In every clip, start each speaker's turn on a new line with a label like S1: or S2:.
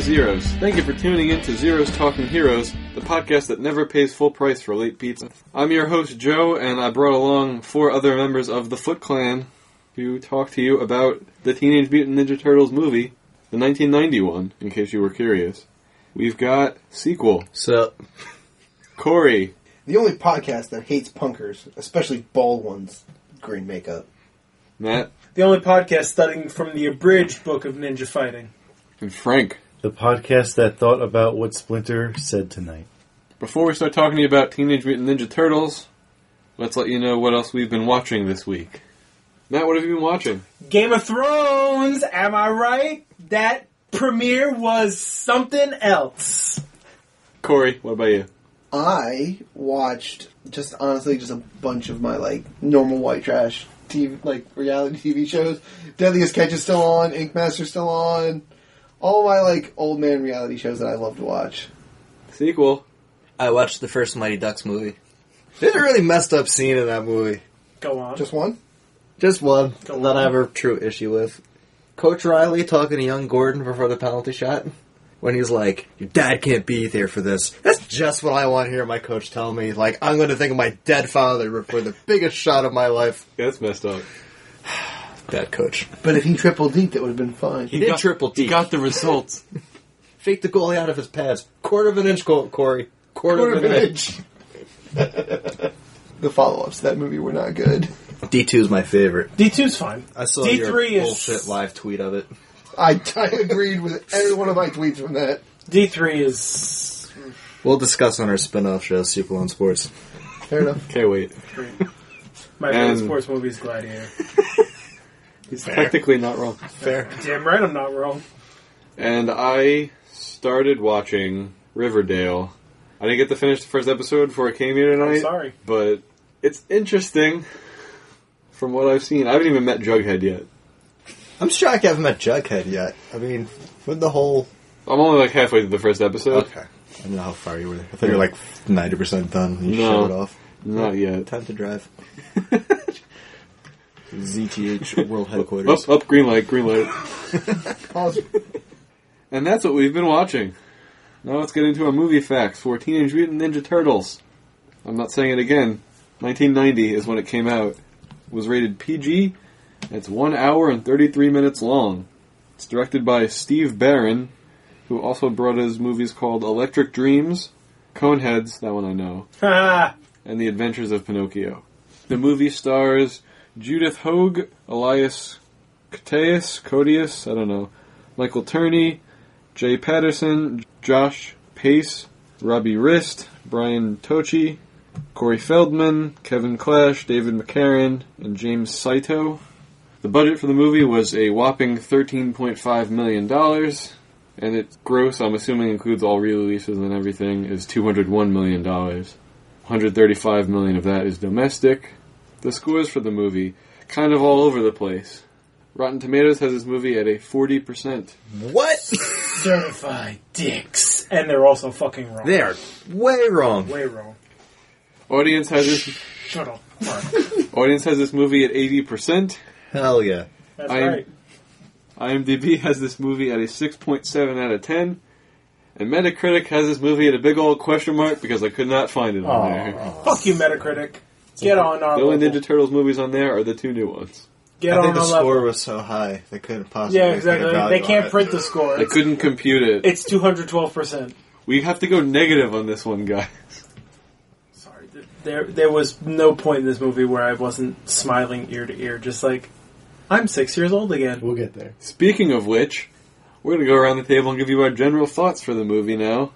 S1: Zeros. Thank you for tuning in to Zeros Talking Heroes, the podcast that never pays full price for late pizza. I'm your host, Joe, and I brought along four other members of the Foot Clan to talk to you about the Teenage Mutant Ninja Turtles movie, the 1991, in case you were curious. We've got sequel.
S2: So
S1: Corey.
S3: The only podcast that hates punkers, especially bald ones, green makeup.
S1: Matt
S4: The only podcast studying from the abridged book of ninja fighting.
S1: and Frank.
S5: The podcast that thought about what Splinter said tonight.
S1: Before we start talking to you about Teenage Mutant Ninja Turtles, let's let you know what else we've been watching this week. Matt, what have you been watching?
S4: Game of Thrones, am I right? That premiere was something else.
S1: Corey, what about you?
S3: I watched just honestly just a bunch of my like normal white trash TV like reality TV shows. Deadliest Catch is still on, Ink Master's still on. All my like old man reality shows that I love to watch.
S1: Sequel.
S2: I watched the first Mighty Ducks movie. There's a really messed up scene in that movie.
S4: Go on.
S3: Just one?
S2: Just one
S4: Go
S2: that I
S4: on.
S2: have a true issue with. Coach Riley talking to young Gordon before the penalty shot. When he's like, Your dad can't be there for this. That's just what I want to hear my coach tell me. Like, I'm gonna think of my dead father before the biggest shot of my life.
S1: Yeah, that's messed up.
S2: Bad coach.
S3: But if he triple deep that would have been fine.
S2: He did triple D.
S1: Got the results.
S2: Fake the goalie out of his pass. Quarter of an inch goal, Corey. Quarter, of an inch.
S3: the follow ups to that movie were not good.
S2: D2 is my favorite.
S4: D2's fine.
S2: I saw
S4: D3
S2: your
S4: is
S2: bullshit live tweet of it.
S3: I, I agreed with every one of my tweets from that.
S4: D3 is
S2: We'll discuss on our spin-off show, Sequel on Sports.
S3: Fair enough.
S1: Okay, wait.
S4: my favorite
S1: And-
S4: sports movie is Gladiator.
S1: He's technically not wrong.
S2: Fair.
S4: Damn right I'm not wrong.
S1: And I started watching Riverdale. I didn't get to finish the first episode before I came here tonight.
S4: I'm sorry.
S1: But it's interesting from what I've seen. I haven't even met Jughead yet.
S2: I'm shocked I haven't met Jughead yet. I mean, with the whole...
S1: I'm only like halfway through the first episode.
S2: Okay. I don't know how far you were. I thought you were like 90% done. You
S1: No.
S2: shut it off.
S1: Not yet.
S2: Time to drive. ZTH World Headquarters.
S1: Up, up, green light, green light.
S3: Pause.
S1: And that's what we've been watching. Now let's get into our movie facts for Teenage Mutant Ninja Turtles. I'm not saying it again. 1990 is when it came out. It was rated PG. It's one hour and 33 minutes long. It's directed by Steve Barron, who also brought his movies called Electric Dreams, Coneheads, that one I know,
S4: Ha!
S1: and The Adventures of Pinocchio. The movie stars Judith Hoag, Elias Coteus, Codius, I don't know, Michael Turney, Jay Patterson, Josh Pace, Robbie Rist, Brian Tochi, Corey Feldman, Kevin Clash, David McCarran, and James Saito. The budget for the movie was a whopping $13.5 million, and its gross, I'm assuming includes all re-releases and everything, is $201 million. 135 million of that is domestic. The scores for the movie kind of all over the place. Rotten Tomatoes has this movie at a 40%.
S2: What?
S4: Certified dicks. And they're also fucking wrong.
S2: they are way wrong.
S4: Way wrong.
S1: Audience has this
S4: Shut up. Fuck.
S1: audience has this movie at 80%.
S2: Hell yeah.
S4: That's
S1: I'm-
S4: right.
S1: IMDb has this movie at a 6.7 out of 10. And Metacritic has this movie at a big old question mark because I could not find it on there.
S4: Fuck you, Metacritic. Get on our
S1: The only
S4: level.
S1: Ninja Turtles movies on there are the two new ones.
S4: Get
S2: I
S4: on
S2: think the
S4: our level.
S2: score was so high they couldn't possibly
S4: Yeah,
S2: put a
S4: exactly.
S2: value
S4: They
S2: on
S4: can't
S2: it.
S4: print the score.
S1: I couldn't compute it.
S4: It's 212%.
S1: We have to go negative on this one, guys.
S4: Sorry, th- there there was no point in this movie where I wasn't smiling ear to ear, just like I'm six years old again.
S5: We'll get there.
S1: Speaking of which, we're going to go around the table and give you our general thoughts for the movie now,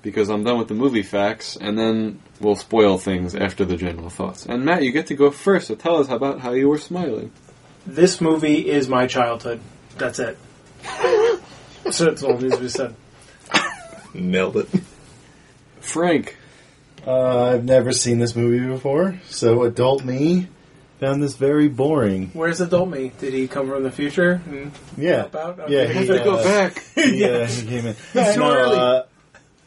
S1: because I'm done with the movie facts, and then we'll spoil things after the general thoughts. And Matt, you get to go first, so tell us about how you were smiling.
S4: This movie is my childhood. That's it. so that's all that needs to be said.
S2: Nailed it.
S1: Frank,
S5: Uh, I've never seen this movie before, so adult me found this very boring.
S4: Where's adult me? Did he come from the future? Hmm.
S5: Yeah,
S4: Help out?
S5: yeah.
S4: Okay.
S5: He,
S4: Gotta
S1: go
S5: uh,
S1: back.
S5: He, uh, he came in.
S4: It's too early.
S5: Uh,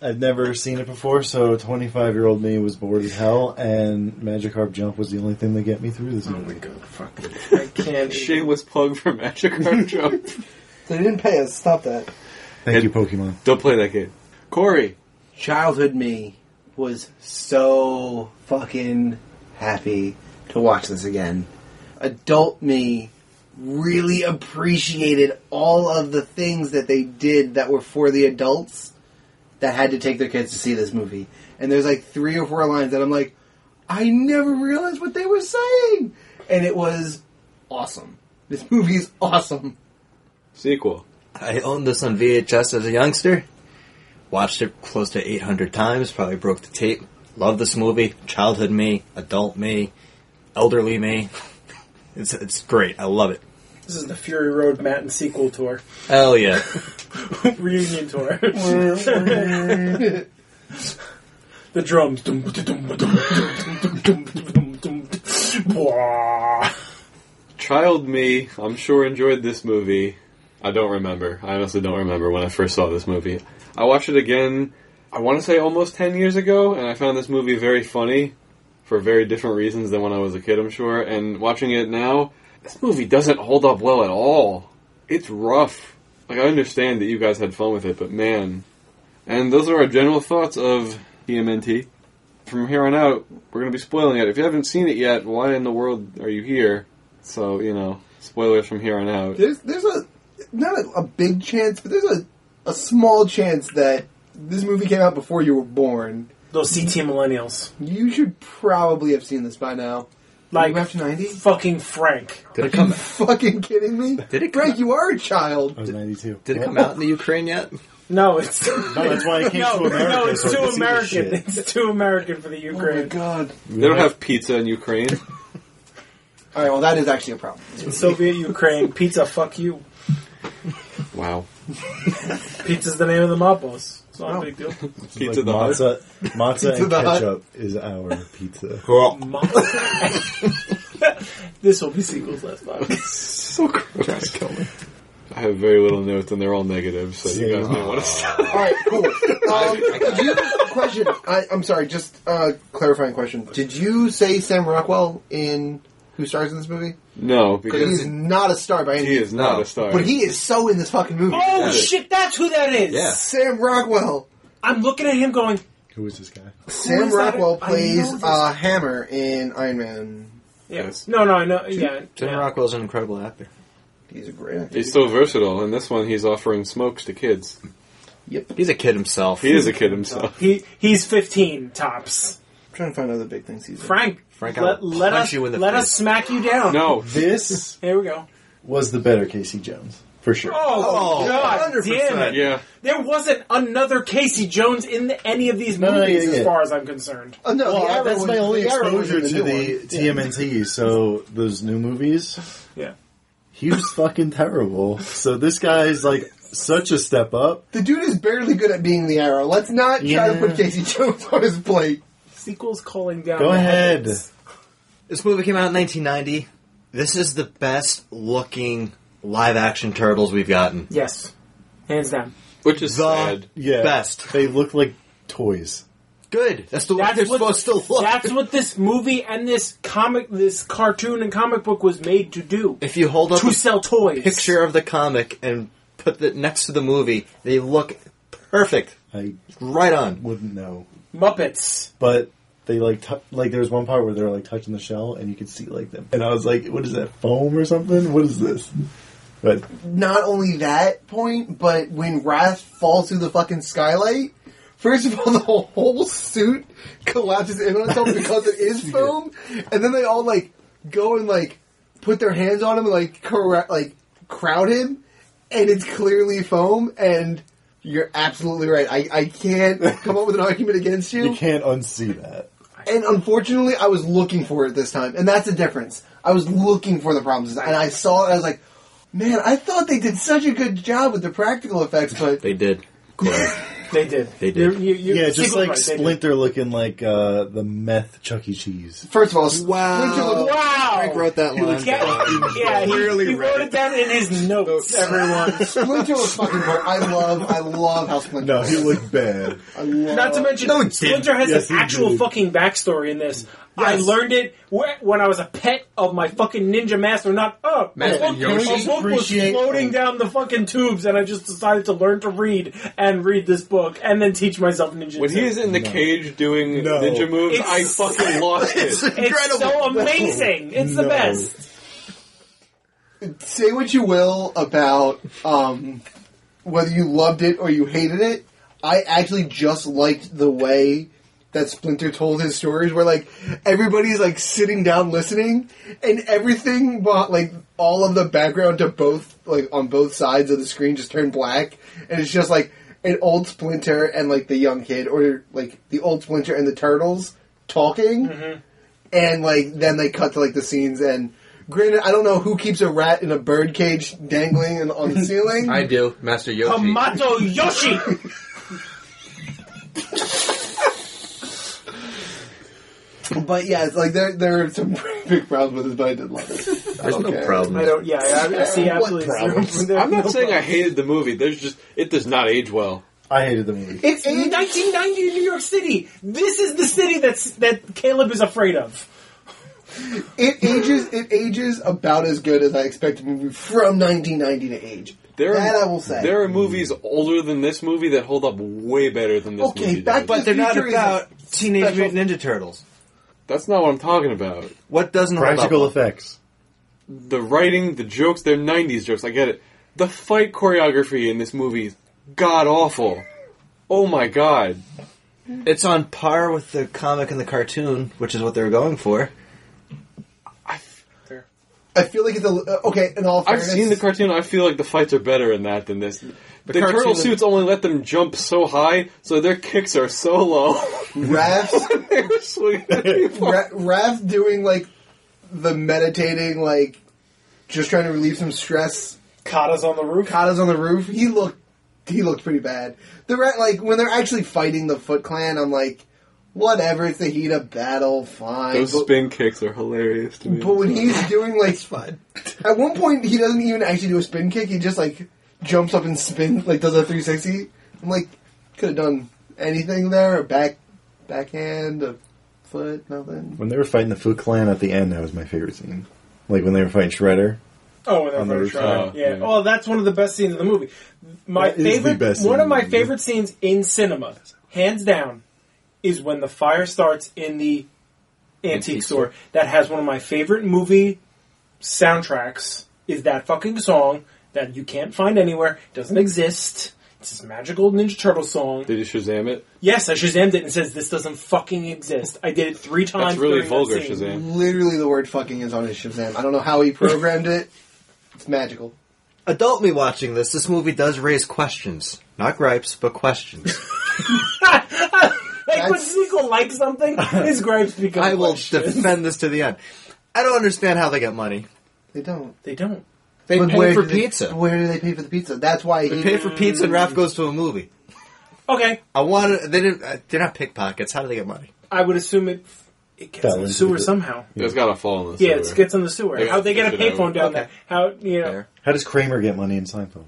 S5: I've never seen it before, so 25 year old me was bored as hell, and Magikarp Jump was the only thing that get me through this
S4: Oh my
S5: movie.
S4: god, fuck. I can't. even-
S1: Shameless plug for Magic Jump.
S3: They didn't pay us. Stop that.
S5: Thank
S1: It-
S5: you, Pokemon.
S1: Don't play that game. Corey.
S3: Childhood me was so fucking happy to watch this again. Adult me really appreciated all of the things that they did that were for the adults that had to take their kids to see this movie. And there's like three or four lines that I'm like, I never realized what they were saying. And it was awesome. This movie is awesome.
S1: Sequel.
S2: I owned this on VHS as a youngster. Watched it close to 800 times, probably broke the tape. Love this movie. Childhood me, adult me, elderly me. It's, it's great. I love it.
S4: This is the Fury Road Matt and sequel tour,
S2: Hell yeah.
S4: reunion tour. the drums. Dum, dum, dum, dum, dum, dum, dum, dum, dum. Bwah.
S1: Child me, I'm sure enjoyed this movie. I don't remember. I honestly don't remember when I first saw this movie. I watched it again, I want to say almost 10 years ago, and I found this movie very funny for very different reasons than when I was a kid, I'm sure. And watching it now, this movie doesn't hold up well at all. It's rough. Like, I understand that you guys had fun with it, but man. And those are our general thoughts of E TMNT. From here on out, we're going to be spoiling it. If you haven't seen it yet, why in the world are you here? So, you know, spoilers from here on out.
S3: There's there's a not a, a big chance, but there's a a small chance that this movie came out before you were born.
S4: Those CT millennials,
S3: You should probably have seen this by now.
S4: like
S3: you after ninety?
S4: fucking Frank.
S2: Did it come,
S3: Fucking kidding me?
S2: Did it come
S3: Frank?
S2: out-
S3: You are a
S5: I
S3: child.
S5: was 92.
S2: did it
S5: What?
S2: come out in the Ukraine yet?
S4: No, it's
S5: No, that's why I came
S4: no,
S5: to America.
S4: no, it's
S5: so I
S4: too
S5: could see this
S4: American.
S5: shit.
S4: It's too American for the Ukraine.
S3: Oh god!
S1: They don't have pizza in Ukraine.
S3: All right, well that is actually a problem.
S4: Soviet Ukraine pizza. Fuck you.
S1: Wow.
S4: Pizza's the name of the mob boss. It's not
S3: Wow.
S4: a big deal.
S5: It's
S1: Pizza the Hut.
S5: matza, matza and
S3: the Hut.
S5: ketchup is our pizza.
S4: Mob- this will be sequels last podcast.
S1: So gross. I have very little notes, and they're all negative, so you guys
S5: Same.
S1: might want to stop.
S3: All right, cool. Um, did you question? I, I'm sorry, just uh, clarifying question. Did you say Sam Rockwell in who stars in this movie?
S1: No,
S3: Because he's
S1: because
S3: not a star by any
S1: he is not
S2: No.
S1: a star.
S3: but he is so in this fucking movie.
S4: Oh shit! That's who that is.
S2: Yeah.
S3: Sam Rockwell.
S4: I'm looking at him going.
S5: Who is this guy?
S3: Sam
S4: is that?
S3: Rockwell
S4: I
S3: plays
S4: know this-
S3: uh, Hammer in Iron Man.
S4: Yes. No, no, I know. Yeah.
S2: Jim
S4: yeah.
S2: Rockwell's an incredible actor.
S3: He's a great actor.
S1: He's so versatile. In this one, he's offering smokes to kids.
S3: Yep. I'm
S2: He's a kid himself.
S1: He is a kid himself.
S4: He he's 15 tops.
S3: trying to find other big things he's in.
S4: Frank.
S2: Frank, I
S4: let,
S2: will
S4: let
S2: punch
S4: us
S2: you in the
S4: let
S2: face.
S4: us smack you down.
S1: No,
S5: This
S4: Here we go.
S5: was the better Casey Jones. For sure.
S4: Oh,
S2: Oh,
S4: god damn it!
S1: yeah.
S4: There wasn't another Casey Jones in the, any of these
S5: No, no,
S4: movies,
S5: yeah, yeah.
S4: as far as I'm concerned.
S3: Oh, no, the
S5: Well, uh,
S3: Arrow
S5: that's
S3: was-
S5: my only
S3: the Arrow was
S5: exposure
S3: in new
S5: to the
S3: one.
S5: TMNT. So those new movies,
S4: Yeah.
S5: he was fucking terrible. So this guy's like such a step up.
S3: The dude is barely good at being the Arrow. Let's not try to
S5: Yeah.
S3: put Casey Jones on his plate.
S4: Sequels calling down.
S5: Go
S4: the
S5: ahead.
S4: heavens.
S2: This movie came out in 1990. This is the best looking live action turtles we've gotten.
S4: Yes. Hands down.
S1: Which is
S2: The
S1: sad.
S5: Yeah,
S2: best.
S5: They look like toys.
S2: Good. That's the way they're supposed to look.
S4: That's what this movie and this comic, this cartoon and comic book was made to do.
S2: if you hold up
S4: To
S2: a
S4: sell toys.
S2: picture of the comic and put it next to the movie, they look perfect.
S5: I
S2: Right on.
S5: wouldn't know,
S4: Muppets.
S5: but they like t- like there was one part where they were like touching the shell and you could see like them, and I was like, "What is that foam or something? What is this?" But
S3: Not only that point, but when Wrath falls through the fucking skylight, first of all, the whole suit collapses in on itself because it is foam, and then they all like go and like put their hands on him and like correct like crowd him, and it's clearly foam. And you're absolutely right. I I can't come up with an argument against
S5: you can't unsee that.
S3: And unfortunately, I was looking for it this time, and that's the difference. I was looking for the problems, and I saw it. and I was like, "Man, I thought they did such a good job with the practical effects, but
S2: They did. Great.
S4: They did.
S2: They did.
S4: You- you- you-
S5: Yeah, just
S4: sequels,
S5: like
S4: right, they did.
S5: Splinter looking like uh, the meth Chuck E. Cheese.
S3: first of all, Splinter looked-
S4: Wow.
S2: Frank wrote that line.
S4: Yeah, yeah he,
S2: Really
S4: he
S2: read
S4: wrote it down in his notes, everyone.
S3: Splinter was fucking great. I love, I love how Splinter.
S5: No,
S3: looks.
S5: he looked bad.
S3: I love.
S4: Not to mention,
S2: No, it didn't.
S4: Splinter has
S5: Yes,
S4: an
S5: he
S4: actual
S5: did.
S4: fucking backstory in this. I
S2: Yes.
S4: learned it wh- when I was a pet of my fucking ninja master. Not oh,
S2: Man,
S4: a book,
S2: Yoshi
S4: a book was
S2: appreciate-
S4: floating down the fucking tubes, and I just decided to learn to read and read this book, and then teach myself ninja.
S1: When he is in the
S5: No.
S1: cage doing
S5: No.
S1: ninja moves,
S4: It's-
S1: I fucking lost it.
S4: it's so amazing. It's the
S5: No.
S4: best.
S3: Say what you will about um, whether you loved it or you hated it. I actually just liked the way that Splinter told his stories, where like everybody's like sitting down listening, and everything but like all of the background to both like on both sides of the screen just turned black, and it's just like an old Splinter and like the young kid, or like the old Splinter and the turtles talking and like then they cut to like the scenes and granted i don't know who keeps a rat in a bird cage dangling in, on the ceiling
S2: I do, Master Yoshi.
S4: Hamato Yoshi.
S3: but yeah it's like there there are some pretty big problems with it but i did love it
S2: There's
S3: Okay.
S2: no problem.
S4: I don't. Yeah, I, I see
S3: What
S4: absolutely.
S3: problems?
S4: zero-
S1: I'm not
S4: no
S1: saying I
S4: problem.
S1: hated the movie. There's just it does not age well.
S5: I hated the movie.
S4: It's 1990 New York City. This is the city that's that Caleb is afraid of.
S3: it ages it ages about as good as i expect a movie from 1990 to age
S1: There
S3: that
S1: are,
S3: i will say
S1: There are movies older than this movie that hold up way better than this
S3: Okay,
S1: movie.
S3: back
S1: does.
S2: But they're not
S3: Future is
S2: about Teenage
S3: special-
S2: Mutant Ninja Turtles.
S1: That's not what I'm talking about.
S2: What doesn't
S5: Practical
S2: hold up?
S5: effects.
S1: The writing, the jokes, they're 90s jokes. I get it. The fight choreography in this movie is god awful. Oh my god.
S2: It's on par with the comic and the cartoon, which is what they were going for.
S3: i feel like it's a uh, okay in all
S1: I've
S3: fairness
S1: seen the cartoon. I feel like the fights are better in that than this. The,
S2: cartoon
S1: turtle
S2: is-
S1: suits only let them jump so high, so their kicks are so low.
S3: Raph's-
S1: they were swinging at people.
S3: Ra- Raph doing like the meditating like just trying to relieve some stress
S4: Kata's on the roof.
S3: Kata's on the roof. He looked he looked pretty bad. The rat like when they're actually fighting the Foot Clan, I'm like, whatever, it's the heat of battle, fine.
S1: Those
S3: But,
S1: spin kicks are hilarious to me.
S3: but when he's doing like at one point he doesn't even actually do a spin kick, he just like jumps up and spins like does a three sixty. I'm like, could have done anything there, a back backhand, a foot, nothing.
S5: When they were fighting the Foot Clan at the end, that was my favorite scene. Like when they were fighting Shredder.
S4: Oh, and
S5: On the
S4: they're very
S5: roof.
S4: trying.
S1: Oh,
S4: yeah.
S1: yeah.
S4: Well, that's one of the best scenes in the movie. My
S5: That is the
S4: favorite,
S5: best scene
S4: one of
S5: in the
S4: my
S5: movie.
S4: favorite scenes in cinema, hands down, is when the fire starts in the antique
S2: Antique
S4: store. That has one of my favorite movie soundtracks. Is that fucking song that you can't find anywhere? Doesn't exist. It's this magical Ninja Turtle song.
S1: Did you Shazam it?
S4: Yes, I Shazammed it and says this doesn't fucking exist. I did it three times.
S1: That's really
S4: during that
S1: vulgar,
S4: scene.
S1: Shazam.
S3: Literally the word fucking is on his Shazam. I don't know how he programmed it. It's magical.
S2: Adult me watching this, this movie does raise questions. Not gripes, but questions.
S4: Like when
S3: That's-
S4: Siegel likes something, his gripes become.
S2: I will
S4: questions.
S2: defend this to the end. I don't understand how they get money.
S3: They don't.
S4: They don't.
S2: They
S3: But
S2: pay
S3: where
S2: for
S3: do they-
S2: pizza.
S3: Where do they pay for the pizza? That's why
S2: They
S3: he,
S2: pay for pizza and Raph goes to a movie.
S4: Okay,
S2: I wanted. They didn't. Uh, they're not pickpockets. How do they get money?
S4: I would assume it. It gets
S5: Fell
S4: in the
S5: into
S4: sewer
S5: the-
S4: somehow.
S1: It's gotta fall in the
S4: Yeah,
S1: sewer.
S4: it gets in the sewer.
S1: Yeah,
S4: How they get a
S1: push it
S4: payphone
S1: out.
S4: down
S2: Okay.
S4: there? How you know?
S2: Fair.
S5: How does Kramer get money in Seinfeld?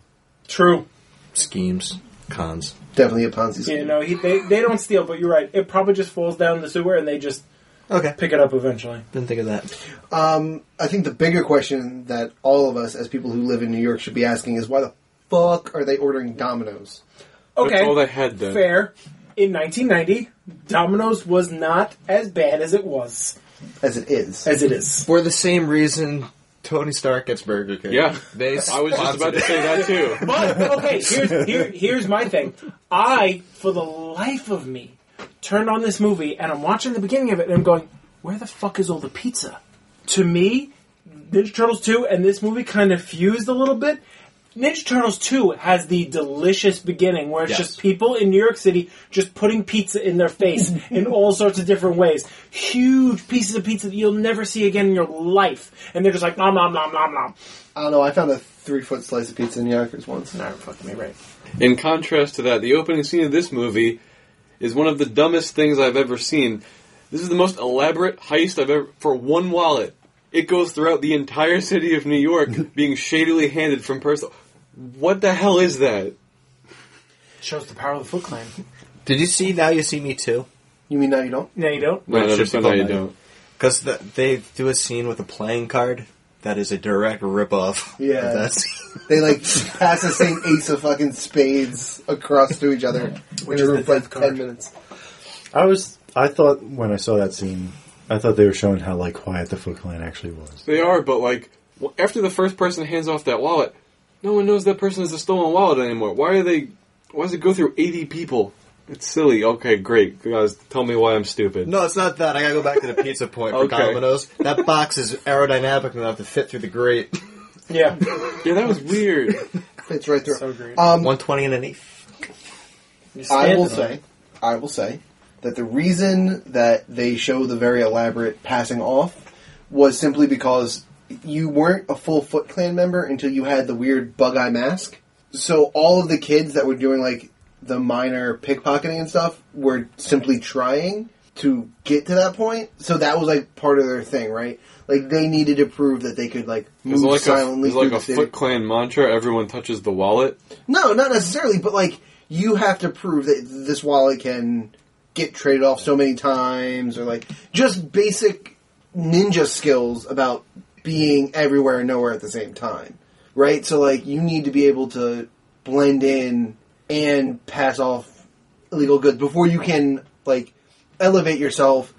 S4: True.
S2: Schemes, cons.
S3: definitely a Ponzi scheme.
S4: You know, he, they they don't steal, but you're right. It probably just falls down the sewer, and they just
S2: Okay,
S4: pick it up eventually.
S2: didn't think of that.
S3: Um, I think the bigger question that all of us, as people who live in New York, should be asking is why the fuck are they ordering Domino's?
S1: That's
S4: Okay,
S1: all they had then.
S4: fair. In 1990, Domino's was not as bad as it was
S3: As it is.
S4: as it is.
S2: For the same reason, Tony Stark gets Burger King.
S1: Yeah.
S2: they.
S1: I was just about to say that too.
S4: But okay, here's here, here's my thing. I, for the life of me, turned on this movie and I'm watching the beginning of it and I'm going, where the fuck is all the pizza? To me, Ninja Turtles 2 and this movie kind of fused a little bit. Ninja Turtles 2 has the delicious beginning where it's
S2: Yes.
S4: just people in New York City just putting pizza in their face in all sorts of different ways. Huge pieces of pizza that you'll never see again in your life. And they're just like, nom, nom, nom, nom, nom.
S3: I don't know, I found a three foot slice of pizza in Yonkers once.
S4: No, fuck me, right.
S1: In contrast to that, the opening scene of this movie is one of the dumbest things I've ever seen. This is the most elaborate heist I've ever for one wallet. It goes throughout the entire city of New York, being shadily handed from person. What the hell is that?
S4: Shows the power of the Foot Clan.
S2: Did you see Now You See Me Too?
S3: You mean now you don't?
S4: No, you don't.
S1: No, I
S2: Wait,
S1: never
S2: should
S1: said
S2: people
S1: that you
S2: know?
S1: don't.
S2: Because the, they do a scene with a playing card that is a direct ripoff.
S3: Yeah.
S2: Of that scene.
S3: They like pass the same ace of fucking spades across to each other, which in
S4: is
S3: a room
S4: the
S3: for
S4: death
S3: like
S4: card.
S3: ten minutes.
S5: I was. I thought when I saw that scene, I thought they were showing how like quiet the Foot Clan actually was.
S1: They are, but like w- after the first person hands off that wallet, no one knows that person has a stolen wallet anymore. Why are they? Why does it go through eighty people? It's silly. Okay, great, guys. Tell me why I'm stupid.
S2: No, it's not that. I gotta go back to the pizza point for
S1: Okay.
S2: Domino's. That box is aerodynamic enough to fit through the grate.
S4: Yeah.
S1: Yeah, that was weird.
S3: It's right through.
S4: So great.
S3: Um,
S2: 120 and an eighth.
S3: I will
S4: Standing.
S3: say, I will say that the reason that they show the very elaborate passing off was simply because you weren't a full Foot Clan member until you had the weird bug eye mask. So all of the kids that were doing like the minor pickpocketing and stuff were simply trying to get to that point. So that was like part of their thing, right? Like they needed to prove that they could like
S1: It's
S3: move
S1: like a,
S3: silently
S1: it's
S3: through
S1: like
S3: the
S1: a
S3: city.
S1: Foot Clan mantra. Everyone touches the wallet.
S3: No, not necessarily, but like you have to prove that this wallet can get traded off so many times, or like just basic ninja skills about being everywhere and nowhere at the same time, right? So like you need to be able to blend in and pass off illegal goods before you can like elevate yourself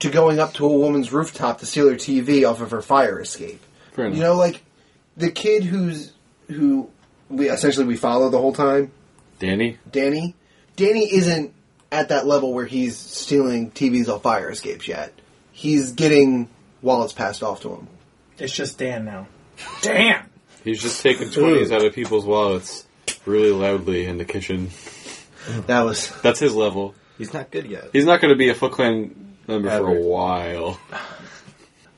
S3: to going up to a woman's rooftop to steal her TV off of her fire escape.
S1: Fair enough.
S3: You know, like the kid who's who we essentially we follow the whole time,
S1: Danny,
S3: Danny. Danny isn't at that level where he's stealing TVs off fire escapes yet. He's getting wallets passed off to him.
S4: It's just Dan now. Dan!
S1: he's just taking twenties out of people's wallets really loudly in the kitchen.
S3: That was
S1: That's his level.
S2: He's not good yet.
S1: He's not going to be a Foot Clan member for a
S5: Ever.
S1: while.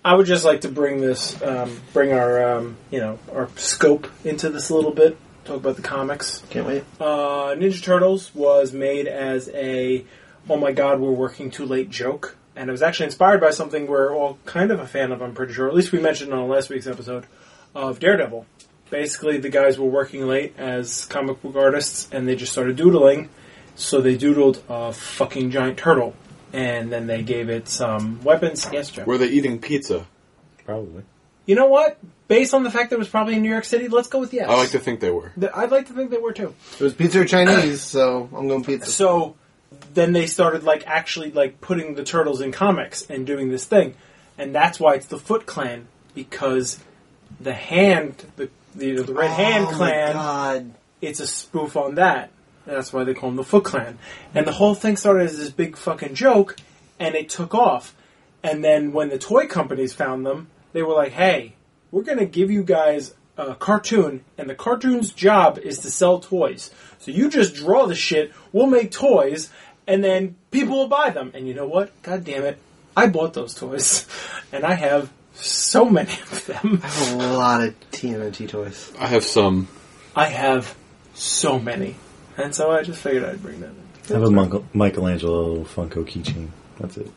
S4: I would just like to bring this, um, bring our, um, you know, our scope into this a little bit. Talk about the comics.
S3: can't wait.
S4: Uh, Ninja Turtles was made as a "Oh my God, we're working too late" joke, and it was actually inspired by something we're all kind of a fan of. I'm pretty sure, at least we mentioned on last week's episode of Daredevil. Basically, the guys were working late as comic book artists, and they just started doodling. So they doodled a fucking giant turtle, and then they gave it some weapons. Yes, Jeff.
S1: Were they eating pizza?
S5: Probably.
S4: You know what? Based on the fact that it was probably in New York City, let's go with yes.
S1: I like to think they were.
S4: Th- I'd like to think they were too.
S3: It was pizza or Chinese, so I'm going pizza.
S4: So then they started like actually like putting the turtles in comics and doing this thing, and that's why it's the Foot Clan because the hand, the the, the Red Hand Clan,
S3: Oh God.
S4: it's a spoof on that. And that's why they call them the Foot Clan. And the whole thing started as this big fucking joke, and it took off. And then when the toy companies found them, they were like, hey, we're going to give you guys a cartoon, and the cartoon's job is to sell toys. So you just draw the shit, we'll make toys, and then people will buy them. And you know what? God damn it. I bought those toys, and I have so many of them.
S3: A lot of TMNT toys.
S1: I have some.
S4: I have so many. And so I just figured I'd bring that in.
S5: I have a Mon- Michelangelo Funko keychain. That's it.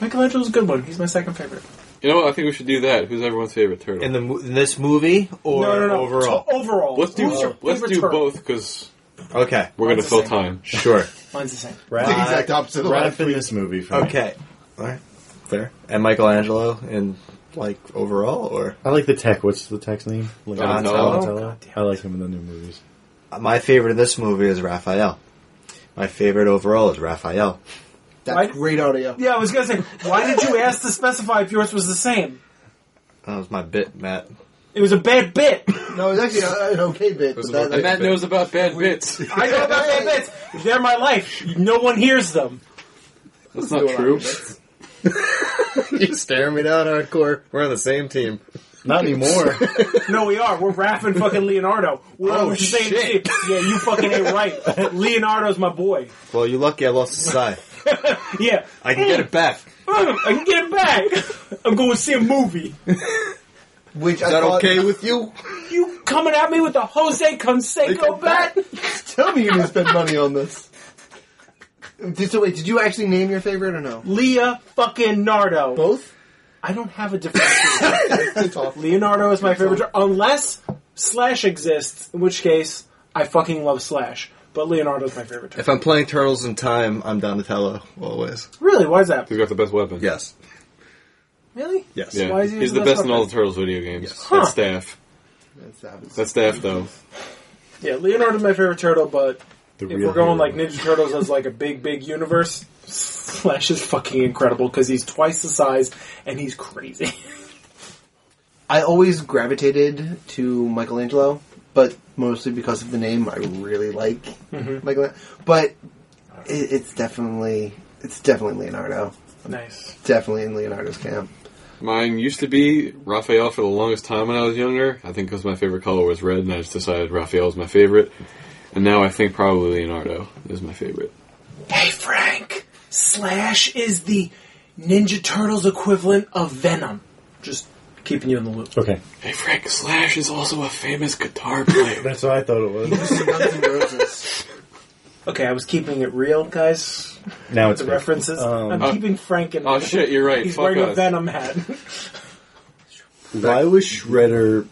S4: Michelangelo's a good one. He's my second favorite.
S1: You know what? I think we should do that. Who's everyone's favorite turtle?
S2: In the mo- in this movie or overall?
S1: Oh,
S4: To- overall.
S1: let's do
S4: Who's your
S1: let's
S4: favorite
S1: do
S4: turtle?
S1: both because
S2: Okay.
S1: we're going to
S4: Mine's
S1: fill
S4: the same.
S1: time.
S2: Sure.
S4: Mine's the same.
S2: Right.
S3: The exact opposite of
S5: Right
S3: what I
S5: up in this movie for me.
S2: Okay. All right. Fair. And Michelangelo in like overall or
S5: I like the tech. What's the tech's name? Like,
S1: Donatello.
S5: Donatello. I like him in the new movies.
S2: my favorite in this movie is Raphael. My favorite overall is Raphael.
S3: That's
S4: Right?
S3: great audio.
S4: Yeah, I was gonna say, why did you ask to specify if yours was the same?
S2: That was my bit, Matt.
S4: It was a bad bit.
S3: No, it's actually uh, an okay bit.
S2: was
S3: but that-
S2: about
S1: And that knows about bad bits.
S4: I know about bad bits. They're my life. No one hears them.
S1: That's not true.
S2: you staring me down hardcore. We're on the same team.
S5: Not anymore.
S4: No, we are. We're Raph and fucking Leonardo. We're
S1: Oh,
S4: on the same
S2: shit.
S4: team. Yeah, you fucking ain't right. Leonardo's my boy.
S2: Well, you lucky I lost his eye.
S4: Yeah, Oh,
S2: I can get it back. Is
S4: I can get it back. I'm going to see a movie.
S3: which I
S2: that
S3: thought,
S2: okay with you?
S4: You coming at me with the Jose Canseco bat?
S3: Tell me you didn't spend money on this. Did, so wait, did you actually name your favorite or no?
S4: Leah fucking Nardo.
S3: Both?
S4: I don't have a different.
S3: That's awful.
S4: Leonardo is my favorite, unless Slash exists, in which case I fucking love Slash. But Leonardo's my favorite.
S2: If I'm playing Turtles in Time, I'm Donatello always.
S4: Really? Why is that?
S1: He's got the best weapon.
S2: Yes.
S4: Really?
S2: Yes.
S4: So
S1: Yeah.
S4: why is he
S1: He's
S4: the
S1: the
S4: best
S1: best, in all
S4: puppet?
S1: the Turtles video games.
S2: Yes.
S4: Huh.
S1: That's staff.
S3: That's happens.
S1: That's staff, though.
S4: Yeah, Leonardo's my favorite turtle, but
S5: The
S4: if
S5: real
S4: we're going
S5: hero.
S4: like Ninja Turtles as like a big, big universe, Slash is fucking incredible because he's twice the size and he's crazy.
S3: I always gravitated to Michelangelo, but mostly because of the name. I really like Michelangelo, but it, it's definitely it's definitely Leonardo.
S4: nice.
S3: Definitely in Leonardo's camp.
S1: Mine used to be Raphael for the longest time when I was younger. I think because my favorite color was red, and I just decided Raphael is my favorite. And now I think probably Leonardo is my favorite.
S4: Hey, Frank! Slash is the Ninja Turtles equivalent of Venom. Just keeping you in the loop.
S5: Okay,
S1: Hey, Frank Slash is also a famous guitar player.
S5: that's what I thought it was.
S3: Guns N' Roses.
S4: Okay, I was keeping it real, guys.
S5: now it's
S4: The
S5: pink.
S4: references. I'm
S5: Um,
S4: keeping Frank in.
S1: oh shit, you're right.
S4: He's
S1: Fuck
S4: wearing a
S1: us.
S4: Venom hat.
S5: Why was Shredder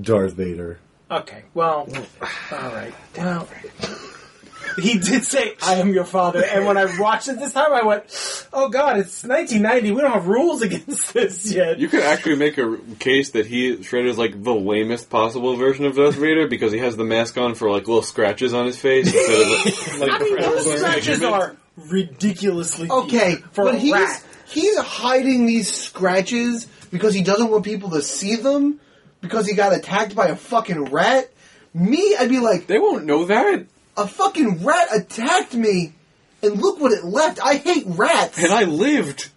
S5: Darth Vader?
S4: Okay, well, alright. Well, he did say, I am your father, and when I watched it this time, I went, oh god, it's 1990, we don't have rules against this yet.
S1: You could actually make a case that he Shredder's like the lamest possible version of Darth Vader because he has the mask on for like little scratches on his face instead of like,
S4: I mean, those
S1: regular
S4: scratches
S1: measurements.
S4: are ridiculously deep
S3: Okay,
S4: for
S3: but
S4: a
S3: he's
S4: rat.
S3: he's hiding these scratches because he doesn't want people to see them because he got attacked by a fucking rat. Me, I'd be like,
S1: They won't know that,
S3: a fucking rat attacked me, and look what it left. I hate rats.
S1: and I lived.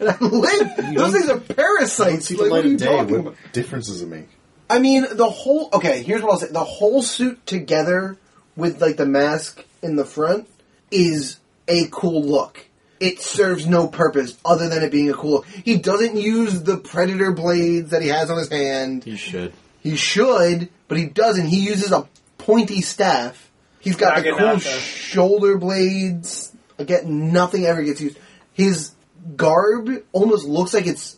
S3: And I live. Those things are parasites.
S5: See the
S3: Like, what
S5: light
S3: are you
S5: of day.
S3: talking
S5: What
S3: about?
S5: difference does it make?
S3: I mean, the whole. Okay, here's what I'll say. The whole suit together with like the mask in the front is a cool look. It serves no purpose other than it being a cool look. He doesn't use the predator blades that he has on his hand.
S1: You should.
S3: He should, but he doesn't. He uses a pointy staff. He's got the cool
S4: Naginata.
S3: shoulder blades. Again, nothing ever gets used. His garb almost looks like it's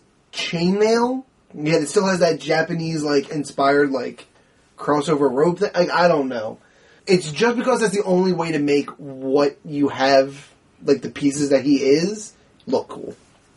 S3: chainmail. Yet it still has that Japanese like inspired like crossover rope thing. Like, I don't know. It's just because that's the only way to make what you have, like the pieces that he is, look cool.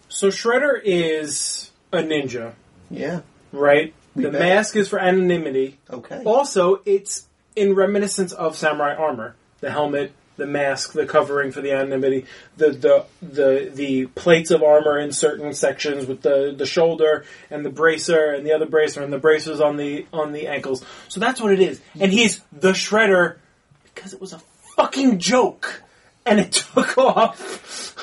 S4: So Shredder is a ninja,
S3: Yeah.
S4: right?
S3: We
S4: the
S3: bet.
S4: mask is for anonymity.
S3: Okay.
S4: Also, it's in reminiscence of samurai armor. The helmet, the mask, the covering for the anonymity, the the the, the plates of armor in certain sections with the, the shoulder and the bracer and the other bracer and the bracers on the on the ankles. So that's what it is. And he's the shredder because it was a fucking joke. And it took off.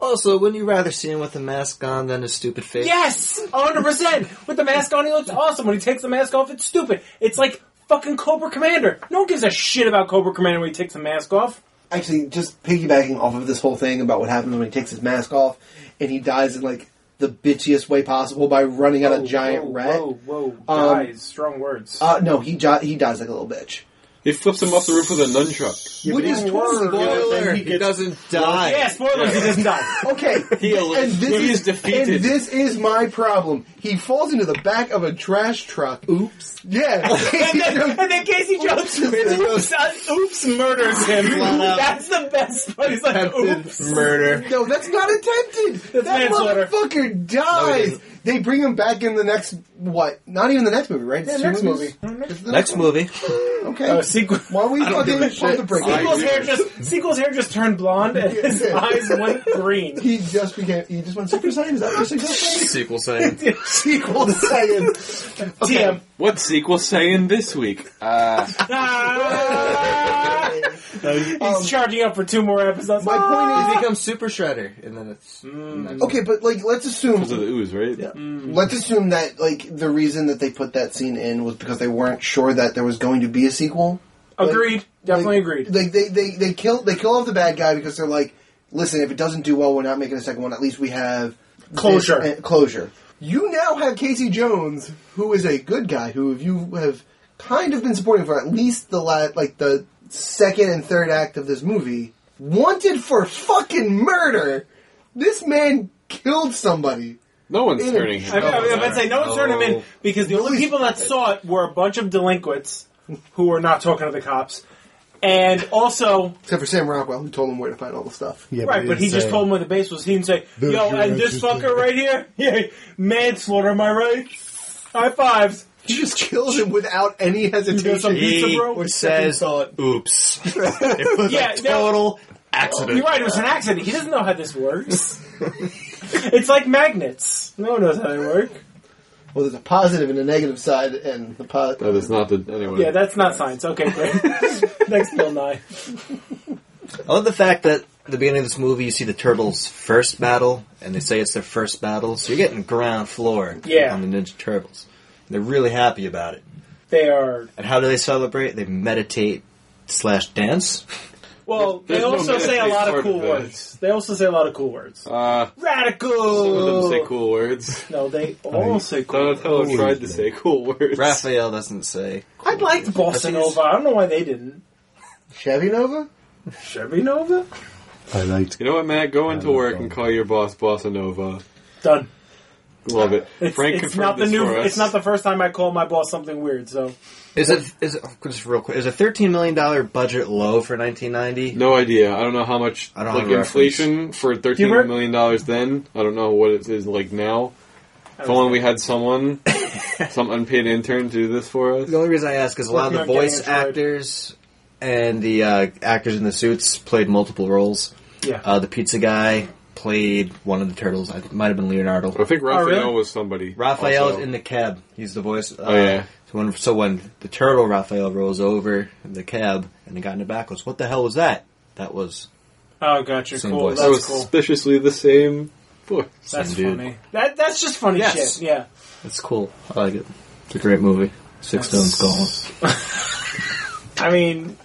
S2: Also, wouldn't you rather see him with the mask on than his stupid face?
S4: Yes, 100%. With the mask on, he looks awesome. When he takes the mask off, it's stupid. It's like fucking Cobra Commander. No one gives a shit about Cobra Commander when he takes the mask off.
S3: actually just piggybacking off of this whole thing about what happens when he takes his mask off and he dies in like the bitchiest way possible by running out a giant
S4: whoa,
S3: rat.
S4: Whoa, whoa,
S3: Um,
S4: guys, strong words.
S3: Uh, no, he jo- he dies like a little bitch.
S1: He flips him off the roof with a nunchuck.
S3: Which is totally
S5: Yeah,
S2: Spoiler!
S5: then
S2: He,
S5: he gets-
S2: doesn't die.
S4: yeah, spoilers, he doesn't die.
S3: okay.
S1: He al-
S3: and this
S1: he
S3: is,
S1: is defeated.
S3: And this is my problem. He falls into the back of a trash truck.
S2: Oops.
S3: Yeah.
S4: And then, and then Casey Jones, oops, uh, oops, murders him.
S2: Flat out.
S4: That's the best part. He's like,
S2: Attempted
S4: oops.
S2: murder.
S3: No, that's not attempted. That
S4: manslaughter.
S3: motherfucker
S2: No, he
S3: dies.
S2: didn't.
S3: they bring him back in the next what? Not even the next movie, right? It's two
S4: next
S3: movies.
S4: movie.
S3: It's the
S2: Next movie.
S3: Okay.
S4: Uh, sequel.
S3: Why don't we
S2: I don't
S3: fucking
S2: give a
S3: pump
S2: shit.
S3: the brakes?
S1: I-
S4: Sequel's hair just Sequel's hair just turned blonde and his eyes went green.
S3: He just became. He just went Super Saiyan. Is that what you're saying?
S2: Sequel saying.
S3: Sequel to Saiyan.
S4: TM.
S1: What sequel saying this week?
S4: Ah! He's charging up for two more episodes.
S3: Um, My point
S2: He becomes Super Shredder, and then it's.
S3: is, okay, but like, let's assume,
S1: Because of the ooze, right?
S3: Yeah. let's assume that like the reason that they put that scene in was because they weren't sure that there was going to be a sequel.
S4: Agreed. Definitely
S3: like,
S4: agreed.
S3: Like they they they kill they kill off the bad guy because they're like, listen, if it doesn't do well, we're not making a second one. At least we have this
S4: Closure.
S3: and- closure. You now have Casey Jones, who is a good guy, who you have kind of been supporting for at least the la- like the second and third act of this movie, wanted for fucking murder. This man killed somebody.
S1: No one's
S3: Yeah.
S1: turning him.
S4: I mean, I mean, I'm about to say no one
S2: No.
S4: turned him in because the only people that saw it were a bunch of delinquents who were not talking to the cops And also,
S3: Except for Sam Rockwell, who told him where to find all the stuff.
S5: Yeah, uh,
S4: right, but he just told him where the base was. He didn't say,
S5: Those
S4: yo,
S5: are
S4: and this
S5: interesting.
S4: fucker right here, yeah, manslaughter, am I right? High fives.
S3: He just kills him without any
S4: got some-
S3: hesitation.
S4: Pizza
S2: He
S4: bro or
S2: says,
S3: second
S2: "Oops, it was
S4: Yeah,
S2: a
S4: no.
S2: total accident."
S4: You're right, it was an accident. He doesn't know how this works. it's like magnets. No one knows how they work.
S3: Well, there's a positive and a negative side, and the positive.
S1: That is not the anyway.
S4: Yeah, that's not science. Okay, great. Next, Bill Nye.
S2: I love the fact that at the beginning of this movie, you see the turtles' first battle, and they say it's their first battle, so you're getting ground floor
S4: Yeah.
S2: on the Ninja Turtles. They're really happy about it.
S4: They are.
S2: And how do they celebrate? They meditate slash dance.
S4: Well,
S1: There's-
S4: they
S1: there's no
S4: also say a
S1: meditate
S4: lot of
S1: part
S4: cool
S1: of that.
S4: words. They also say a lot of cool words.
S1: Uh, some of
S4: Radical.
S1: them say cool words.
S4: No, they all say cool.
S1: Donatello
S5: Cool
S1: tried
S5: words,
S1: to
S5: man.
S1: say cool words.
S2: Raphael doesn't say.
S4: I liked Bossa Nova. I don't know why they didn't.
S3: Chevy Nova?
S4: Chevy Nova.
S5: I liked.
S1: You know what, Matt? Go into
S5: don't
S1: work
S5: know.
S1: and call your boss Bossa Nova.
S4: Done.
S1: Love it.
S4: It's,
S1: Frank
S4: it's
S1: confirmed
S4: not the
S1: this
S4: new.
S1: for us.
S4: It's not the first time I call my boss something weird. So
S2: Is it is it oh, just real quick? Is a thirteen million dollar budget low for 1990?
S1: no idea. I don't know how much
S2: I don't
S1: like
S2: have a reference.
S1: inflation for thirteen
S4: Hubert?
S1: million dollars then. I don't know what it is like now. If only we had someone, some unpaid intern, to do this for us.
S2: The only reason I ask is a lot of the
S4: Working on getting
S2: voice
S4: a droid.
S2: actors and the uh, actors in the suits played multiple roles.
S4: yeah.
S2: Uh, the pizza guy played one of the turtles. I it might have been
S1: I
S2: Leonardo.
S1: think Raphael
S4: Oh, really?
S1: was somebody.
S2: Raphael's
S1: also.
S2: in the cab. He's the voice. Uh,
S1: Oh, yeah.
S2: So when, so when the turtle Raphael rolls over the cab and the guy in the back goes, "What the hell was that?" That was
S4: oh, gotcha.
S2: Same
S4: Cool.
S2: voice.
S1: That
S4: That's
S1: was
S4: cool.
S1: suspiciously the same voice.
S4: That's
S2: dude.
S4: funny. That that's just funny
S2: Yes.
S4: shit. Yeah.
S2: it's cool. I like it. It's a great movie. Six Stone Skull.
S4: I mean,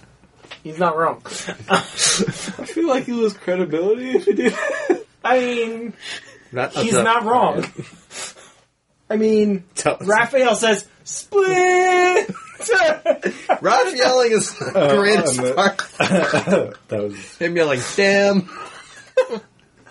S4: he's not wrong.
S1: I feel like he lose credibility if he did.
S4: I mean,
S2: Not,
S4: he's not wrong. I mean, Raphael says split.
S2: Raph yelling is Uh, the greatest
S5: I'm a-
S2: part.
S5: That was
S2: Him yelling, "Damn!"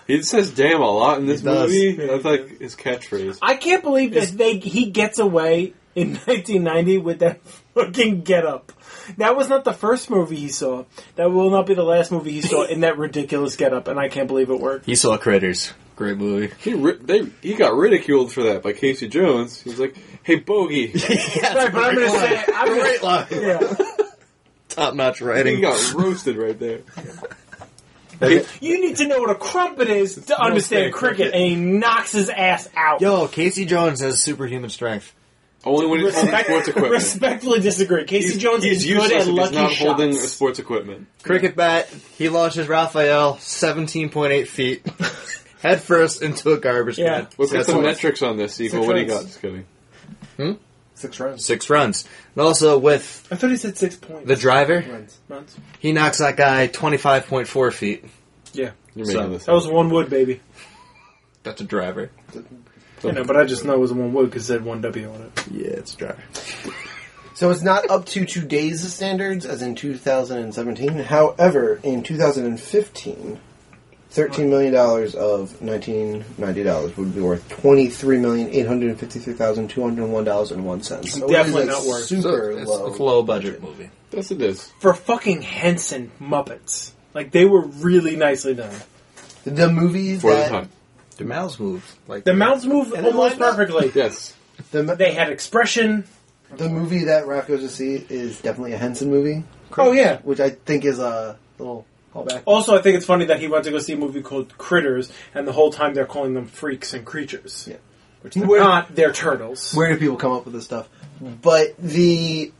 S1: he says "damn" a lot in this
S2: He does.
S1: movie. That's like his catchphrase.
S4: I can't believe that they he gets away in 1990 with that fucking get up. That was not the first movie he saw. That will not be the last movie he saw in that ridiculous get up, and I can't believe it worked.
S2: He saw Critters. Great movie.
S1: He ri- they he got ridiculed for that by Casey Jones. He's like, "Hey, bogey!"
S4: Right, but I'm gonna say I'm gonna,
S2: Great line.
S4: yeah.
S2: Top notch
S1: he
S2: writing.
S1: got roasted right there.
S4: You need to know what a crumpet is to understand cricket, and he knocks his ass out.
S2: Yo, Casey Jones has superhuman strength.
S1: Only when he's holding sports equipment.
S4: Respectfully disagree. Casey Jones
S1: he's
S4: is good at
S1: if
S4: lucky
S1: he's not
S4: shots.
S1: holding sports equipment.
S2: Cricket bat. He launches Raphael 17.8 feet head first into a garbage
S4: Yeah.
S2: can.
S1: Let's get
S2: That's
S1: some
S2: what-
S1: metrics on this. Equal, what do you
S4: runs.
S1: got? Just kidding.
S3: Six rounds.
S2: Six runs. And also with
S4: I thought he said six points.
S2: the driver,
S3: Runs.
S4: Months.
S2: he knocks that guy 25.4 feet.
S4: Yeah,
S1: You're making
S2: So-
S1: this.
S4: that was one wood, baby.
S2: That's a driver.
S4: You know, but I just know it was one wood because it said one W on it.
S2: Yeah, it's a driver.
S3: So it's not up to today's standards as in 2017. However, in 2015, $13 million of $1990 would be worth $23,853,201.01. So it is
S4: Definitely
S3: a
S4: not worth-
S3: Super
S2: it's
S3: low.
S2: a low budget movie.
S1: Yes, it is.
S4: For fucking Henson Muppets, like they were really nicely done.
S3: The movies
S1: For the
S3: that
S1: time.
S2: The mouths move. Like
S4: The mounts moved
S3: And it
S4: almost
S3: lined up.
S4: perfectly.
S1: Yes.
S3: the,
S4: They had expression.
S3: the movie that Raph goes to see is definitely a Henson movie,
S4: Oh yeah.
S3: which I think is a little callback.
S4: Also, I think it's funny that he went to go see a movie called Critters, and the whole time they're calling them freaks and creatures.
S3: Yeah.
S4: Which they're
S3: Where-
S4: not, they're turtles.
S3: Where do people come up with this stuff? But the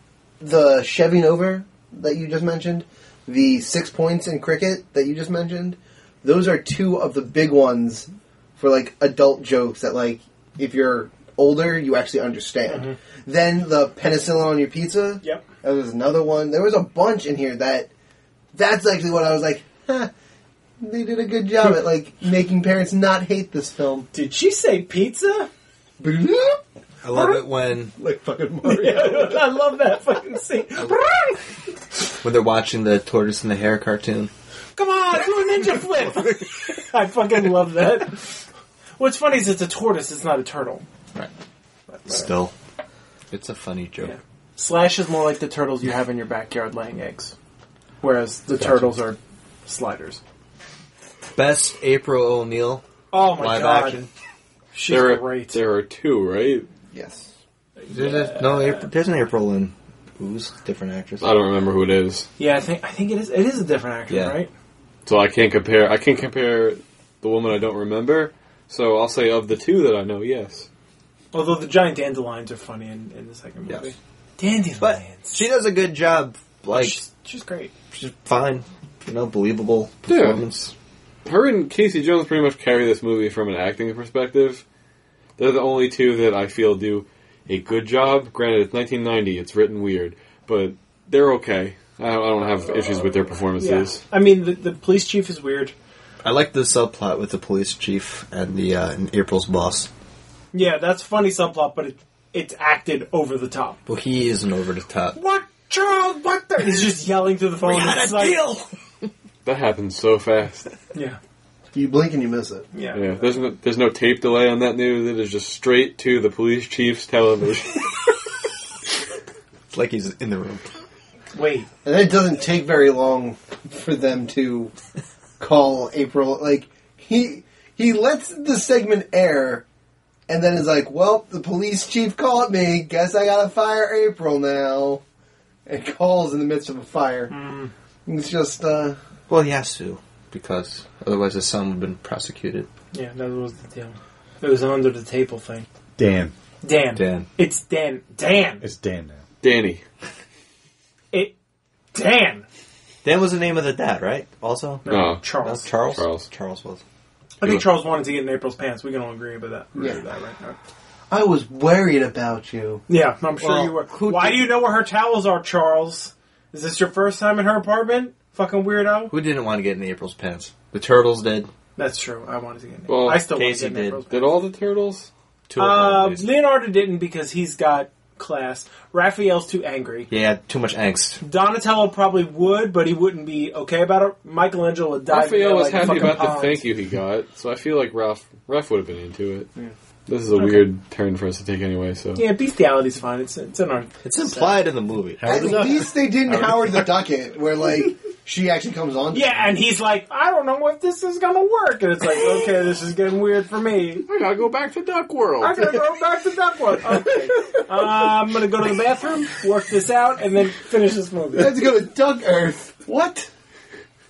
S3: the Chevy Nova that you just mentioned, the six points in cricket that you just mentioned, those are two of the big ones for like adult jokes that like if you're older you actually understand. Then the penicillin on your pizza.
S4: Yep.
S3: That was another one. There was a bunch in here that that's actually what I was like, huh, they did a good job at like making parents not hate this film.
S4: Did she say pizza?
S2: I love it when
S3: like fucking Mario.
S4: I love that fucking scene. Come
S2: when they're watching the tortoise and the hare cartoon.
S4: on, do a ninja flip. I fucking love that. What's funny is it's a tortoise, it's not a turtle.
S2: Right. Still, it's a funny joke.
S4: Slash is more like the turtles you have in your backyard laying eggs. whereas the turtles are sliders.
S2: Best April O'Neil
S4: Oh my
S2: live
S4: god,
S2: action.
S4: she's
S1: There are,
S4: great.
S1: there are two, right?
S3: Yes.
S2: There's a, no April. There's an April in who's different actress.
S1: I don't remember who it is,
S4: Yeah, I think I think it is. It is a different actor,
S2: Yeah.
S4: right?
S1: so I can't compare. I can't compare the woman I don't remember. So I'll say of the two that I know, yes.
S4: Although the giant dandelions are funny in, in the second
S2: Yes.
S4: movie. Dandelions.
S2: But she does a good job. Like
S4: she's, she's great.
S2: she's fine. You know, believable
S1: Yeah.
S2: performance.
S1: Her and Casey Jones pretty much carry this movie from an acting perspective. They're the only two that I feel do a good job. Granted, it's 1990; it's written weird, but they're okay. I don't, I don't have issues with their
S4: Yeah.
S1: performances.
S4: I mean, the, the police chief is weird.
S2: I like the subplot with the police chief and the uh, and April's boss.
S4: Yeah, that's funny subplot, but it, it's acted over the top.
S2: Well, he isn't over the top.
S4: What, Charles? What the? He's just yelling through the phone. it's like,
S1: That happens so fast.
S4: Yeah,
S3: You blink and you miss it.
S4: yeah.
S1: Yeah, there's no, there's no tape delay on that news. It is just straight to the police chief's television.
S2: It's like he's in the room.
S4: Wait,
S3: And it doesn't take very long for them to call April. Like he he lets the segment air, and then is like, "Well, the police chief called me. Guess I gotta fire April now." And calls in the midst of a fire. It's just uh,
S2: Well, he has to because otherwise his son would have been prosecuted.
S4: yeah, that was the deal. It was an under the table thing.
S5: Dan.
S4: Dan.
S2: Dan.
S4: It's Dan. Dan.
S5: It's Dan now.
S1: Danny,
S4: It. Dan.
S2: Dan was the name of the dad, right? Also,
S1: No.
S2: No,
S4: Charles.
S2: Charles.
S1: Charles.
S2: Charles was.
S4: I think Charles wanted to get in April's pants. We can all agree about that.
S3: Yeah.
S4: About that right now.
S3: I was worried about you.
S4: Yeah, I'm sure
S2: Well,
S4: you were.
S2: who
S4: Why
S2: did-
S4: do you know where her towels are, Charles? Is this your first time in her apartment? Fucking weirdo.
S2: Who didn't want to get in April's pants? The turtles did.
S4: That's true. I wanted to get in.
S1: Well,
S4: I still
S2: Casey
S4: want to get in
S2: did.
S4: April's pants.
S1: did all the turtles?
S2: Two
S4: Uh,
S2: of them. at least.
S4: Leonardo didn't because he's got class. Raphael's too angry.
S2: Yeah, he had too much angst.
S4: Donatello probably would, but he wouldn't be okay about it. Michelangelo would die.
S1: Raphael was
S4: like
S1: happy about the thank
S4: you.
S1: you he got, so I feel like Ralph Ralph would have been into it. This is a weird turn for us to take anyway. So
S4: Yeah, bestiality's fine. It's it's an art.
S2: It's implied in the movie.
S3: At
S5: the Duck.
S3: least they didn't Howard the Ducket, where like she actually comes on.
S4: Yeah, and he's like, I don't know if this is gonna work, and it's like, okay, this is getting weird for me.
S1: I gotta go back to Duck World.
S4: I'm gonna go back to that one. Okay, uh, I'm gonna go to the bathroom, work this out, and then finish this
S3: I
S4: movie.
S3: had to go to Duck Earth. What?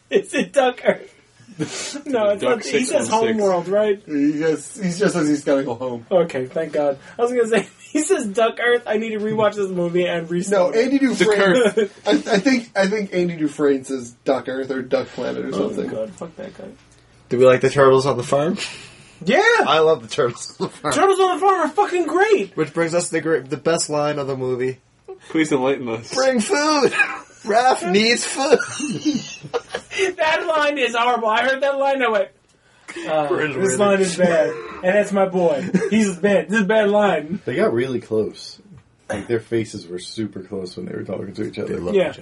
S4: It's a Ducker. No, it's
S1: Duck oh
S4: not, he says
S1: 616.
S4: homeworld, right?
S3: He just he's just says he's gotta go home.
S4: Okay, thank God. I was gonna say he says Duck Earth. I need to rewatch this movie and
S3: No,
S4: restart. it.
S3: Andy Dufresne.
S1: curve.
S3: I, I think I think Andy Dufresne says Duck Earth or Duck Planet or
S4: Oh,
S3: something.
S4: God, fuck that guy.
S2: Do we like the turtles on the farm?
S4: Yeah,
S2: I love the turtles on the farm.
S4: Turtles on the Farm are fucking great.
S2: Which brings us to the great, the best line of the movie.
S1: Please enlighten us.
S2: Bring food. Raph needs food.
S4: That line is horrible. I heard that line. and I went. Uh, this line is bad, and that's my boy. He's bad. This is a bad line.
S5: They got really close. Like their faces were super close when they were talking to each other.
S2: love
S4: Yeah.
S2: other.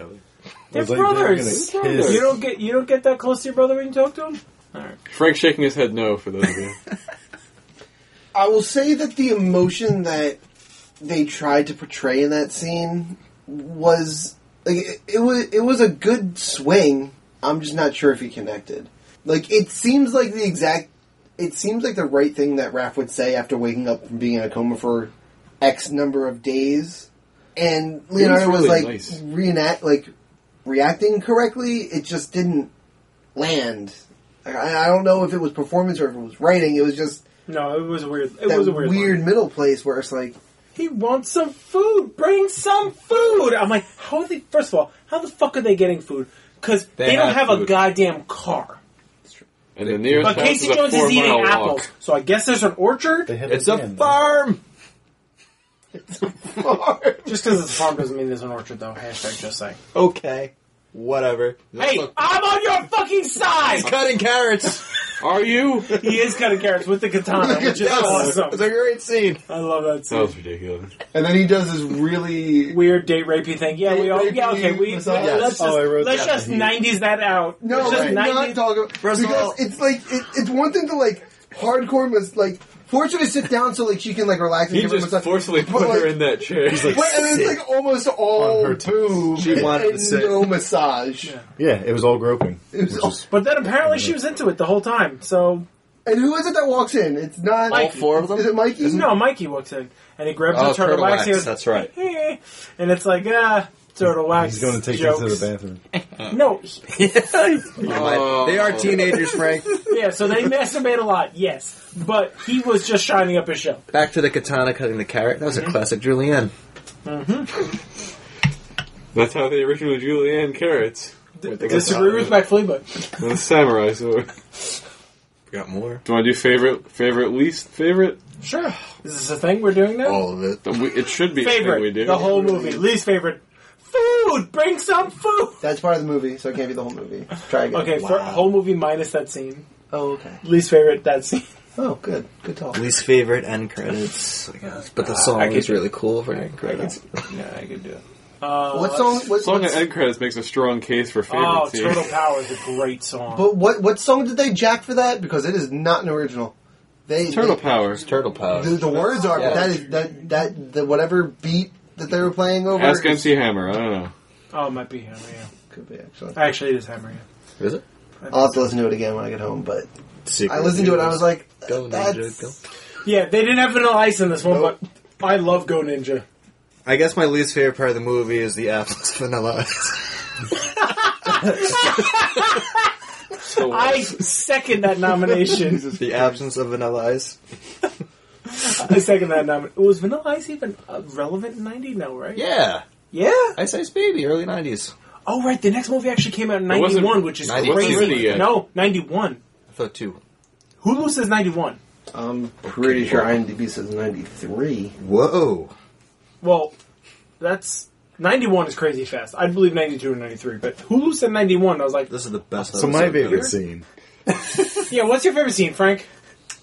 S4: They're
S5: It's like they're
S4: brothers.
S5: gonna kiss.
S4: You don't get you don't get that close to your brother when you talk to him. All right.
S1: Frank's shaking his head no for those of you.
S3: I will say that the emotion that they tried to portray in that scene was like it, it was it was a good swing. I'm just not sure if he connected. Like it seems like the exact it seems like the right thing that Raph would say after waking up from being in a coma for X number of days. And Leonardo was,
S1: really
S3: like
S1: nice.
S3: reenact like reacting correctly. It just didn't land. I, I don't know if it was performance or if it was writing. It was just
S4: No, it was a weird. It
S3: that
S4: was a weird.
S3: weird,
S4: line.
S3: middle place where it's like
S4: He wants some food. Bring some food. I'm like, how are they? First of all, how the fuck are they getting food? Because they,
S2: They
S4: don't
S2: have
S4: have a
S2: food.
S4: goddamn car.
S1: And the nearest
S4: But
S1: house
S4: Casey
S1: is a
S4: Jones is
S1: four-mile
S4: eating
S1: walk.
S4: apples, so I guess there's an orchard.
S5: They had
S2: It's a
S5: van,
S2: farm.
S4: Just because it's a farm doesn't mean there's an orchard, though. Hashtag just saying.
S2: Okay. Whatever.
S4: Hey, I'm on your fucking side.
S2: cutting carrots.
S1: Are you?
S4: He is cutting carrots with the katana, which is
S2: Yes. It's
S4: awesome.
S2: a great scene.
S4: I love that
S1: That
S4: scene.
S1: was ridiculous.
S3: and then he does this really
S4: Weird date rapey thing. Yeah, we all.
S3: Date
S4: Yeah, okay. We
S3: rapey massage.
S4: let's just
S5: Oh, I wrote
S4: let's
S5: that
S4: just
S5: down.
S4: nineties that out.
S3: no
S4: let's just
S3: right, not
S4: 90s
S3: talk about
S2: First of
S3: because
S2: all-
S3: it's like it, it's one thing to like hardcore was like force her to sit down so like she can like relax.
S1: He
S3: and give her
S1: just
S3: massage.
S1: forcefully
S3: But,
S1: put
S3: like,
S1: her in that chair. He's like,
S3: But and it's like almost all
S5: on her tits.
S3: boob.
S2: She wanted to
S3: and
S2: sit.
S3: no massage.
S5: Yeah, it was all groping.
S3: It was
S5: which
S3: all-
S5: is-
S4: But then apparently she was into it the whole time. So
S3: And who is it that walks in? It's not
S4: Mike.
S2: All four of them?
S3: Is it Mikey?
S4: no, Mikey walks in and he grabs
S2: Oh,
S4: the turtle,
S2: turtle
S4: wax.
S2: wax,
S4: He goes,
S2: that's right.
S4: "Eh," and it's like ah, turtle wax.
S5: He's going to take
S4: jokes.
S5: her to the bathroom.
S4: bathroom. No, he-
S1: Oh.
S2: They are teenagers, Frank.
S4: yeah. So they masturbate a lot, yes. But he was just shining up his show.
S2: Back to the katana cutting the carrot. That was a classic Julianne.
S1: that's how they originally Julianne carrots. With the
S4: Disagree with my flea, but
S1: with the samurai sword.
S2: Got more?
S1: Do I do favorite, favorite, least favorite?
S4: sure. Is this a thing we're doing now?
S2: All of it.
S1: The- we- It should be a thing we do.
S4: favorite. The whole movie. Least favorite. Food. Bring some food.
S3: That's part of the movie, so it can't be the whole movie. Try again.
S4: Okay, for whole movie minus that scene.
S3: Oh, okay.
S4: Least favorite that scene.
S3: Oh, good. Good talk.
S2: Least favorite end credits, I guess. But the song
S4: I could-
S2: is really cool for end credits.
S4: Yeah, I could do it. Uh,
S3: What song? What,
S1: Song
S3: what's-
S1: at end credits makes a strong case for favorite.
S4: Oh,
S1: scene.
S4: Turtle Power is a great song.
S3: but what what song did they jack for that? Because it is not an original. They
S1: Turtle
S3: they-
S1: Power.
S2: Turtle Power.
S3: The, the words are,
S2: Yeah.
S3: but that is that that the whatever beat that they were playing over.
S1: Ask
S3: is-
S1: MC Hammer. I don't know.
S4: oh, it might be Hammer. Yeah.
S3: Could be actually.
S4: Actually, it is Hammer. Yeah.
S2: Is it?
S3: I'll have to listen to it again when I get home. But
S2: Secret
S3: I listened to it. and I was like,
S2: Go,
S3: that's-
S2: Ninja, go.
S4: Yeah, they didn't have vanilla ice in this one,
S2: Nope.
S4: but I love Go Ninja.
S2: I guess my least favorite part of the movie is the apples vanilla. ice.
S1: So,
S4: I second that nomination.
S2: the absence of vanilla ice.
S4: I second that nomination. Was vanilla ice even uh, relevant in '90? No, right?
S2: Yeah.
S4: Yeah.
S2: Ice Ice Baby, early 90s.
S4: Oh, right. The next movie actually came out in
S1: It wasn't-
S4: '91, which is
S2: 91
S4: crazy.
S1: already yet.
S4: No, '91.
S2: I thought two.
S4: Hulu says '91.
S3: I'm pretty sure IMDb says '93.
S2: Whoa.
S4: Well, that's. 91 is crazy fast. I'd believe 92 and 93, but Hulu said 91. I was like,
S2: This is the best
S5: So my favorite scene
S4: yeah, what's your favorite scene, Frank?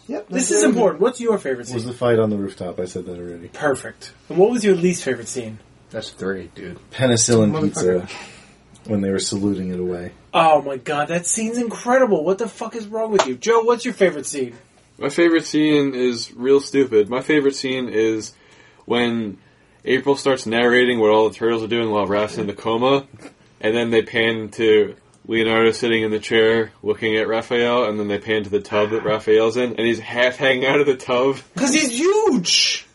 S3: Yep.
S4: This
S3: that's
S4: is
S3: it.
S4: important. What's your favorite scene?
S5: was the fight on the rooftop. I said that already.
S4: Perfect. And what was your least favorite scene?
S2: That's three, dude.
S5: Penicillin
S3: Motherfucker.
S5: pizza when they were saluting it away.
S4: Oh my god, that scene's incredible. What the fuck is wrong with you? Joe, what's your favorite scene?
S1: my favorite scene is real stupid. My favorite scene is when April starts narrating what all the turtles are doing while Raph's in the coma, and then they pan to Leonardo sitting in the chair looking at Raphael, and then they pan to the tub that Raphael's in, and he's half hanging out of the tub.
S4: Because he's huge!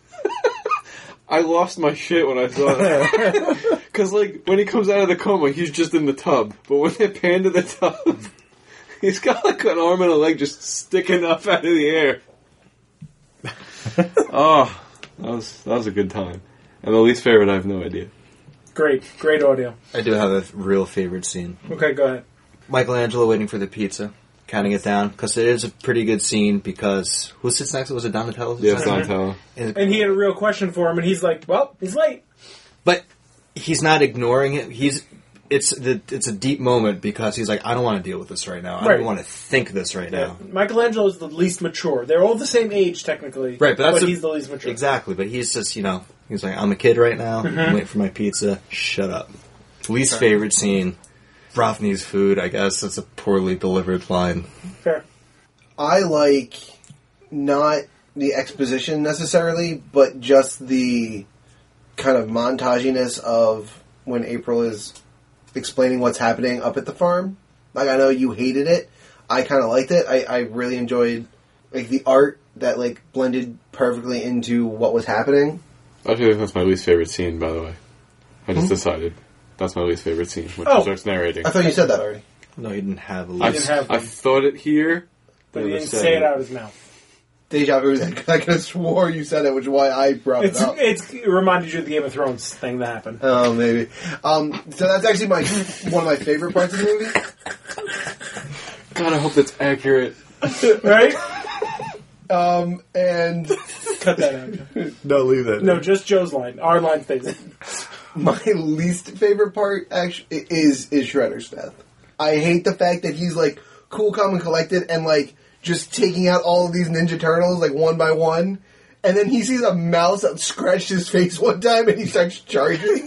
S1: I lost my shit when I saw that. Because, like, when he comes out of the coma, he's just in the tub. But when they pan to the tub, he's got, like, an arm and a leg just sticking up out of the air. oh, that was, that was a good time. And the least favorite, I have no idea.
S4: Great, great audio.
S2: I do have a f- real favorite scene.
S4: Okay, go ahead.
S2: Michelangelo waiting for the pizza, counting it down, because it is a pretty good scene. Because who sits next? to Was it Donatello?
S1: Yeah, Donatello.
S4: And he had a real question for him, and he's like, well, he's late.
S2: but he's not ignoring it. He's it's the, it's a deep moment because he's like, I don't want to deal with this right now. I
S4: Right.
S2: don't want to think this right now.
S4: Michelangelo is the least mature. They're all the same age, technically.
S2: Right, but that's a-
S4: he's the least mature.
S2: Exactly, but he's just you know he's like, I'm a kid right now.
S4: Mm-hmm.
S2: I'm waiting for my pizza. Shut up. Least favorite scene. Ralph needs food. I guess that's a poorly delivered line.
S4: Fair.
S3: I like not the exposition necessarily, but just the kind of montaginess of when April is explaining what's happening up at the farm. Like I know you hated it. I kind of liked it. I, I really enjoyed like the art that like blended perfectly into what was happening.
S1: Actually, that's my least favorite scene, by the way. I just decided. That's my least favorite scene, when
S4: Hmm? Oh.
S1: he starts narrating.
S3: I thought you said that already.
S2: No, he didn't have a
S1: I,
S2: least.
S4: didn't have
S1: I
S4: one.
S1: thought it here.
S4: But
S1: then
S4: he
S1: I
S4: didn't
S1: said
S4: say it out of his mouth.
S3: Deja vu. I could have swore you said it, which is why I brought
S4: It's,
S3: it up.
S4: it's, it reminded you of the Game of Thrones thing that happened.
S3: Oh, maybe. Um, so that's actually my one of my favorite parts of the movie.
S1: God, I hope that's accurate.
S4: Right?
S3: Um, and
S4: Cut that out. Joe.
S5: No, leave that.
S4: No, just Joe's line. Our line stays.
S3: my least favorite part actually is is Shredder's death. I hate the fact that he's like cool, calm, and collected, and like just taking out all of these Ninja Turtles like one by one. And then he sees a mouse that scratched his face one time, and he starts charging. like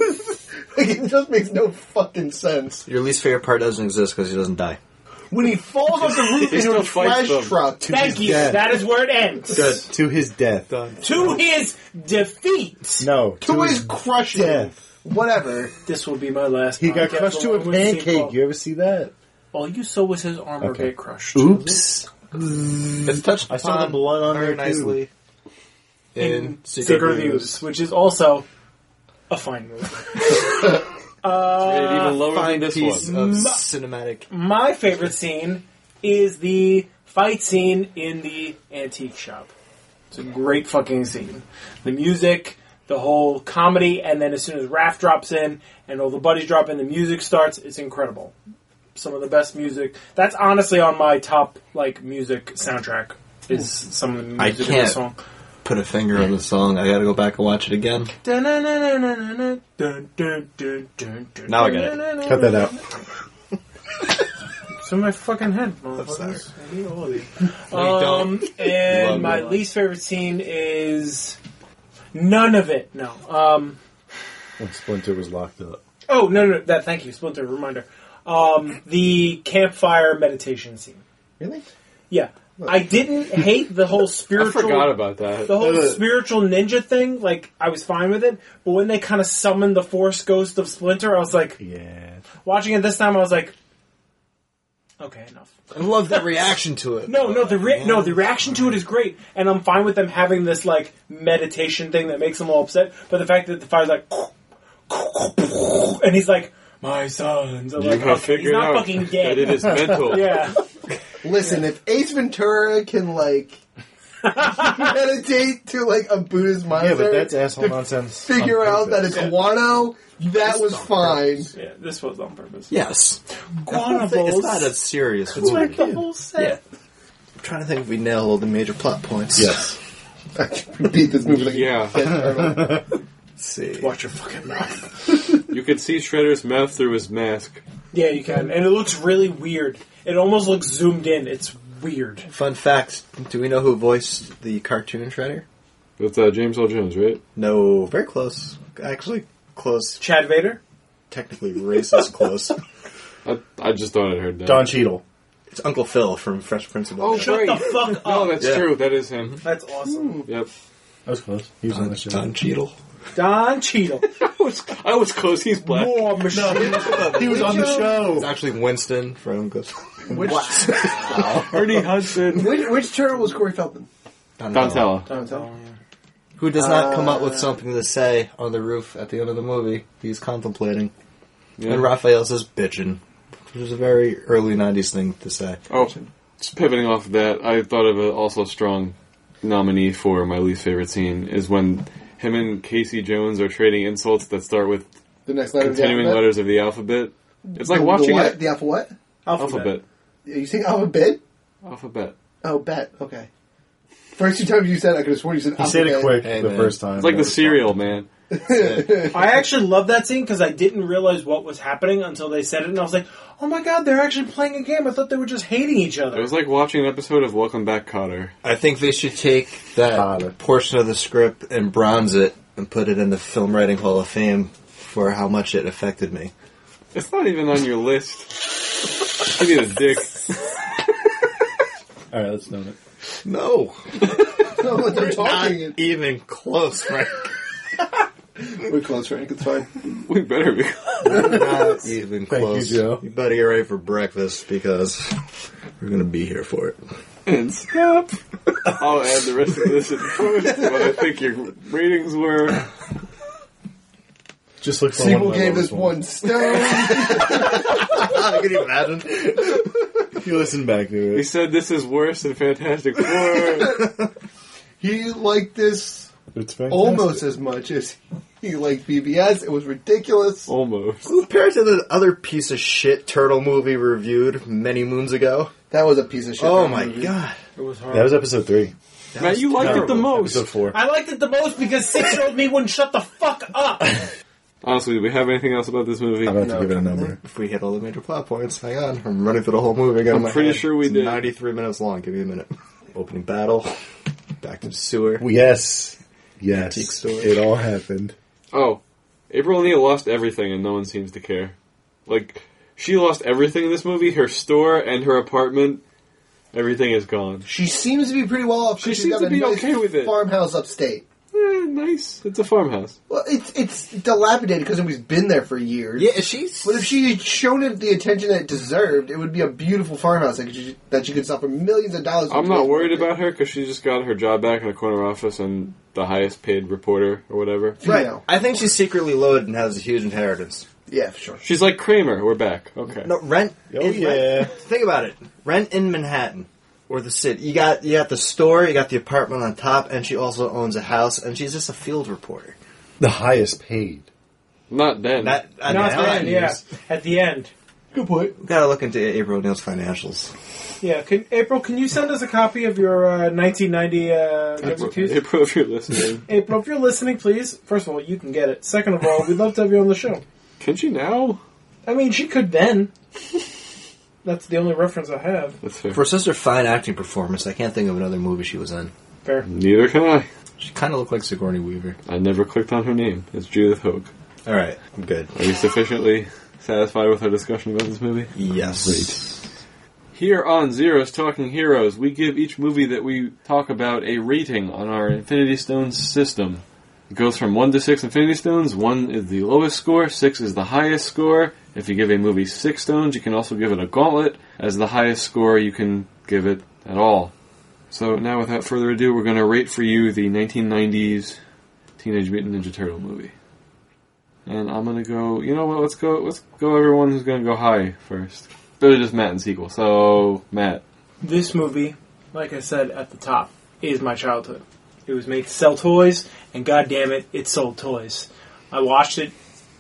S3: it just makes no fucking sense.
S2: Your least favorite part doesn't exist because he doesn't die.
S4: when he falls off the roof
S1: He
S4: into
S1: still
S4: a
S1: fights
S4: trash
S1: them.
S4: truck.
S5: To
S4: Thank
S5: his
S4: you.
S5: death.
S4: That is where it ends.
S5: Good. To his death.
S4: To his defeat.
S5: No.
S3: To his crushing.
S5: death.
S3: Whatever.
S4: This will be my last.
S5: He got
S4: podcast
S5: crushed to a
S4: along with St.
S5: pancake.
S4: Paul.
S5: You ever see that?
S4: All you saw was his armor
S5: Okay.
S4: get crushed.
S5: Oops.
S2: It's touched
S5: I saw the blood on
S2: very
S5: there
S2: nicely.
S4: In, Secret, Reviews, which is also a fine movie. Uh,
S1: Rated even lower than
S2: Fine
S1: this
S2: piece
S1: one.
S2: of cinematic.
S4: My favorite scene is the fight scene in the antique shop. It's a great fucking scene. The music, the whole comedy, and then as soon as Raph drops in and all the buddies drop in, the music starts. It's incredible. Some of the best music. That's honestly on my top like music soundtrack. Is some of the
S2: I
S4: music in
S2: can't.
S4: the song.
S2: Put a finger on the song. I gotta go back and watch it again.
S4: Now
S2: Now I get
S4: it.
S5: Cut that out.
S4: It's in my fucking head, motherfuckers. I need all of you. Um,
S2: Love
S4: and my
S2: you.
S4: least favorite scene is none of it. No. Um,
S5: When Splinter was locked up.
S4: oh no, no, that. Thank you, Splinter. Reminder. Um, the campfire meditation scene.
S5: Really?
S4: Yeah, I didn't hate the whole
S1: I
S4: spiritual.
S1: forgot about that.
S4: the whole
S5: Uh,
S4: spiritual ninja thing, like I was fine with it, but when they kind of summoned the Force Ghost of Splinter, I was like,
S5: Yeah.
S4: watching it this time, I was like, okay, enough.
S2: I love the reaction to it.
S4: No, no, the re- no, the reaction to it is great, and I'm fine with them having this like meditation thing that makes them all upset. But the fact that the fire's like, and he's like, "My sons," I'm
S1: You
S4: like,
S1: have
S4: okay, he's
S1: figured
S4: not
S1: out
S4: fucking
S1: that it
S4: dead.
S1: is mental.
S4: Yeah,
S3: Listen, if Ace Ventura can like meditate to like a Buddhist
S5: Yeah,
S3: monastery,
S5: but that's asshole nonsense. on
S3: figure out that
S5: purpose.
S3: it's guano. That was fine.
S4: yeah, this was on purpose.
S2: Yes.
S4: Guano
S2: It's
S4: balls.
S2: not a serious
S4: That's
S2: movie.
S4: like the whole set.
S2: I'm trying to think if we nailed all the major plot points.
S5: Yes.
S3: Beat this movie like
S1: Yeah.
S2: Let's see.
S4: Watch your fucking mouth.
S1: You could see Shredder's mouth through his mask.
S4: Yeah, you can, and it looks really weird. It almost looks zoomed in. It's weird.
S2: Fun fact do we know who voiced the cartoon Shredder?
S1: That's uh, James L. Jones, right?
S2: No. Very close. Actually, close.
S4: Chad Vader.
S2: Technically racist close.
S1: I, I just thought I'd heard that.
S5: Don Cheadle.
S2: It's Uncle Phil from Fresh Prince of Bel-Air.
S4: Shut the fuck up.
S1: No, that's
S2: Yeah.
S1: true. That is him.
S4: That's awesome.
S1: Yep.
S5: That was close. He was on the show.
S2: Don Cheadle.
S4: Don Cheadle.
S1: I was, I was close. He's black.
S4: War machine.
S5: He was on the
S2: It's
S5: show.
S2: actually Winston from Ghost.
S3: Which,
S1: Ernie Hudson.
S3: which which turtle was Corey Feldman?
S1: Donatello.
S3: Don't tell.
S2: Who does not come up with something to say on the roof at the end of the movie? He's contemplating.
S1: Yeah.
S2: And Raphael says bitchin', which is a very early 90s thing to say.
S1: Oh, just pivoting off of that, I thought of a also strong nominee for my least favorite scene is when him and Casey Jones are trading insults that start with
S3: The next letter. of the
S1: continuing
S3: alphabet?
S1: letters of the alphabet. It's like
S3: Oh, The
S1: watching
S3: what?
S1: an
S3: the alpha what?
S1: alphabet.
S3: Are you saying alphabet?
S1: Alphabet.
S3: Oh, bet. Okay. First two times you said, it, I could have sworn you said.
S5: He said it quick
S2: Hey,
S5: the
S2: man.
S5: first time.
S1: It's like the cereal, man.
S4: I actually love that scene because I didn't realize what was happening until they said it, and I was like, "Oh my god, they're actually playing a game! I thought they were just hating each
S1: It
S4: other."
S1: was like watching an episode of Welcome Back, Cotter.
S2: I think they should take that
S5: Father.
S2: portion of the script and bronze it and put it in the Film Writing Hall of Fame for how much it affected me.
S1: It's not even on your list. Give me the dick.
S5: All right, let's note it.
S2: No.
S3: No, but they're
S2: Not
S3: talking. it.
S2: even close, Frank.
S3: We're close, Frank. It's fine.
S1: We better be.
S2: Not even
S5: Thank you,
S2: close.
S5: Joe.
S2: You better get ready for breakfast because we're going to be here for it.
S1: and stop. I'll add the rest of this in post. What I think your ratings were.
S5: Just look for
S3: Siegel
S5: one. of my
S3: gave
S5: lowest
S3: us one stone.
S2: I can imagine.
S5: ones. You listen back to
S1: He
S5: it.
S1: said this is worse than Fantastic Four.
S3: he liked this
S5: It's fantastic.
S3: almost as much as he liked BBS. It was ridiculous.
S1: Almost.
S2: Compared to the other piece of shit turtle movie reviewed many moons ago.
S3: That was a piece of shit.
S2: Oh
S3: that
S2: my
S3: movie.
S2: god.
S4: It was hard.
S5: That was episode three.
S1: Matt, you liked it the
S5: Terrible.
S1: most.
S5: Episode four.
S4: I liked it the most because six-year-old me wouldn't shut the fuck up.
S1: Honestly, do we have anything else about this movie?
S5: I'm about
S3: No.
S5: to give it a number.
S2: If we hit all the major plot points, hang on. I'm running through the whole movie. Again
S1: I'm pretty sure we
S2: it's
S1: did.
S2: 93 minutes long. Give me a minute. Opening battle. Back to the sewer.
S5: Well, Yes. Yes.
S2: Antique store.
S5: It all happened.
S1: Oh, April O'Neil lost everything and no one seems to care. Like, She lost everything in this movie her store and her apartment. Everything is gone.
S3: She seems to be pretty well off. 'cause
S1: She
S3: she's
S1: seems
S3: got
S1: to
S3: a
S1: be
S3: nice
S1: okay with it.
S3: Farmhouse upstate.
S1: Eh, nice. It's a farmhouse.
S3: Well, it's it's dilapidated because nobody's been there for years.
S2: Yeah, she's.
S3: But if she had shown it the attention that it deserved, it would be a beautiful farmhouse that she, that she could sell for millions of dollars.
S1: I'm not worried about her because she just got her job back in a corner office and the highest paid reporter or whatever.
S3: Right.
S2: I think she's secretly loaded and has a huge inheritance.
S3: Yeah, for sure.
S1: She's like Kramer. We're back. Okay.
S2: No rent.
S5: Oh,
S2: in-
S5: yeah.
S2: Think about it. Rent in Manhattan or the city. You got you got the store, you got the apartment on top, and she also owns a house, and she's just a field reporter.
S5: The highest paid.
S1: Not then.
S2: That I
S4: Not
S2: mean, I
S4: then,
S2: don't
S4: yeah.
S2: use-
S4: At the end.
S3: Good point.
S2: Gotta look into April O'Neil's financials.
S4: Yeah, can, April, can you send us a copy of your uh, 1990 uh,
S1: April,
S4: Number Twos?
S1: April, if you're listening,
S4: April, if you're listening, please. First of all, you can get it. Second of all, we'd love to have you on the show.
S1: can she now?
S4: I mean, she could then. That's the only reference I have.
S1: That's fair.
S2: For such a fine acting performance, I can't think of another movie she was in.
S4: Fair.
S1: Neither can I.
S2: She kind of looked like Sigourney Weaver.
S1: I never clicked on her name. It's Judith Hogue.
S2: All right, I'm good.
S1: Are you sufficiently satisfied with our discussion about this movie?
S2: Yes.
S1: Here on Zero's Talking Heroes, we give each movie that we talk about a rating on our Infinity Stones system. It goes from 1 to 6 Infinity Stones. 1 is the lowest score, 6 is the highest score. If you give a movie 6 stones, you can also give it a gauntlet. As the highest score, you can give it at all. So now, without further ado, we're going to rate for you the 1990s Teenage Mutant Ninja Turtle movie. And I'm gonna go. You know what? Let's go. Let's go. Everyone who's gonna go high first. Better just Matt and sequel. So Matt,
S4: This movie, like I said at the top, is my childhood. It was made to sell toys, and god damn it, it sold toys. I watched it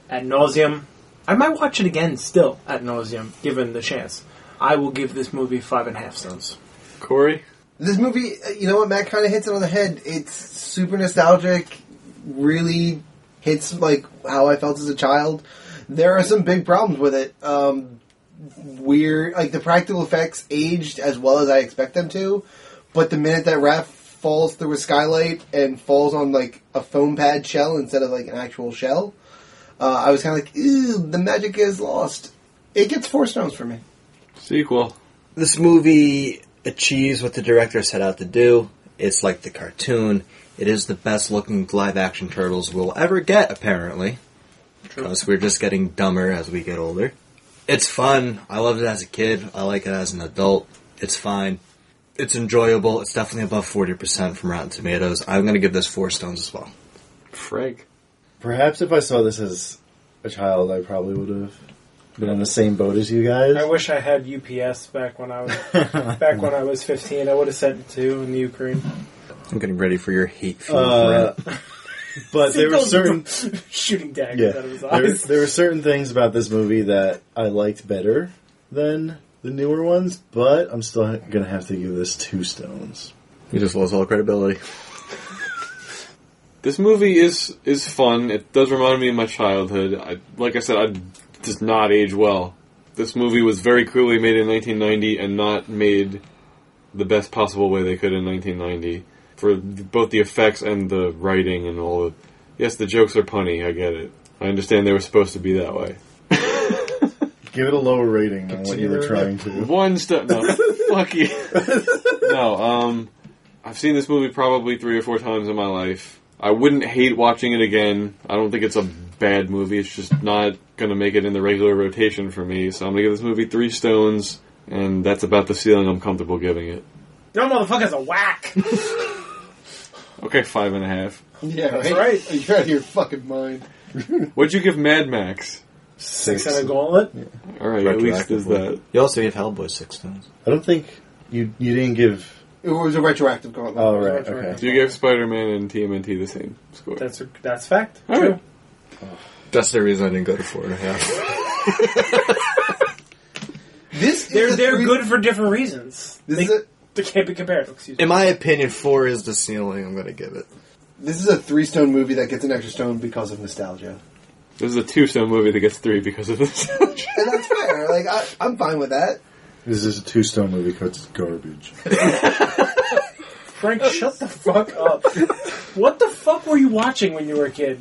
S4: ad nauseum. I might watch it again still ad nauseum, given the chance. I will give this movie five and a half stones.
S1: Corey,
S3: This movie, uh, you know what, Matt kind of hits it on the head. It's super nostalgic, really hits like how I felt as a child. There are some big problems with it. Um, weird, like the practical effects aged as well as I expect them to, but the minute that Raph falls through a skylight and falls on like a foam pad shell instead of like an actual shell, uh, I was kind of like, ooh, the magic is lost. It gets four stones for me.
S1: sequel.
S2: This movie achieves what the director set out to do. It's like the cartoon. It is the best looking live action turtles we'll ever get, apparently. Because we're just getting dumber as we get older. It's fun. I loved it as a kid. I like it as an adult. It's fine. It's enjoyable. It's definitely above 40% from Rotten Tomatoes. I'm going to give this four stones as well.
S1: Frank.
S5: Perhaps if I saw this as a child, I probably would have been on the same boat as you guys.
S4: I wish I had UPS back when I was back when I was 15. I would have sent it to in the Ukraine.
S2: I'm getting ready for your hate fuel
S5: Uh, but there were certain
S4: shooting daggers
S5: yeah,
S4: out of his
S5: there,
S4: eyes.
S5: there were certain things about this movie that I liked better than the newer ones. But I'm still gonna have to give this two stones.
S2: You just lost all credibility.
S1: This movie is is fun. It does remind me of my childhood. I, like I said, I does not age well. This movie was very clearly made in 1990 and not made the best possible way they could in 1990 for both the effects and the writing and all. Of, yes, the jokes are punny. I get it. I understand they were supposed to be that way.
S5: Give it a lower rating than what you were
S2: Continue.
S5: trying to.
S1: One step. No, fuck you. No, um, I've seen this movie probably three or four times in my life. I wouldn't hate watching it again. I don't think it's a bad movie. It's just not gonna make it in the regular rotation for me. So I'm gonna give this movie three stones, and that's about the ceiling I'm comfortable giving it.
S4: no motherfuckers a whack.
S1: Okay, five and a half.
S3: Yeah,
S4: That's right.
S3: You're out of your fucking mind.
S1: What'd you give Mad Max?
S4: Six and a gauntlet.
S1: All right, at least is that.
S2: You also gave Hellboy six stones.
S5: I don't think you you didn't give.
S3: It was a retroactive gauntlet.
S5: Oh right,
S4: That's right.
S5: okay.
S1: You gave Spider-Man and TMNT the same score.
S4: That's that's fact.
S1: All
S4: True.
S1: right.
S2: That's the reason I didn't go to four and a half.
S3: This
S4: They're
S3: is
S4: they're
S3: three-
S4: good for different reasons.
S3: This
S4: they,
S3: is a
S4: they can't be compared. Excuse me.
S2: In my opinion, four is the ceiling. I'm going to give it.
S3: this is a three stone movie that gets an extra stone because of nostalgia,
S1: This is a two-stone movie that gets three because of this.
S3: and that's fair. like I, I'm fine with that.
S5: This is a two stone movie because it's garbage.
S4: Frank, shut the fuck up. What the fuck were you watching when you were a kid?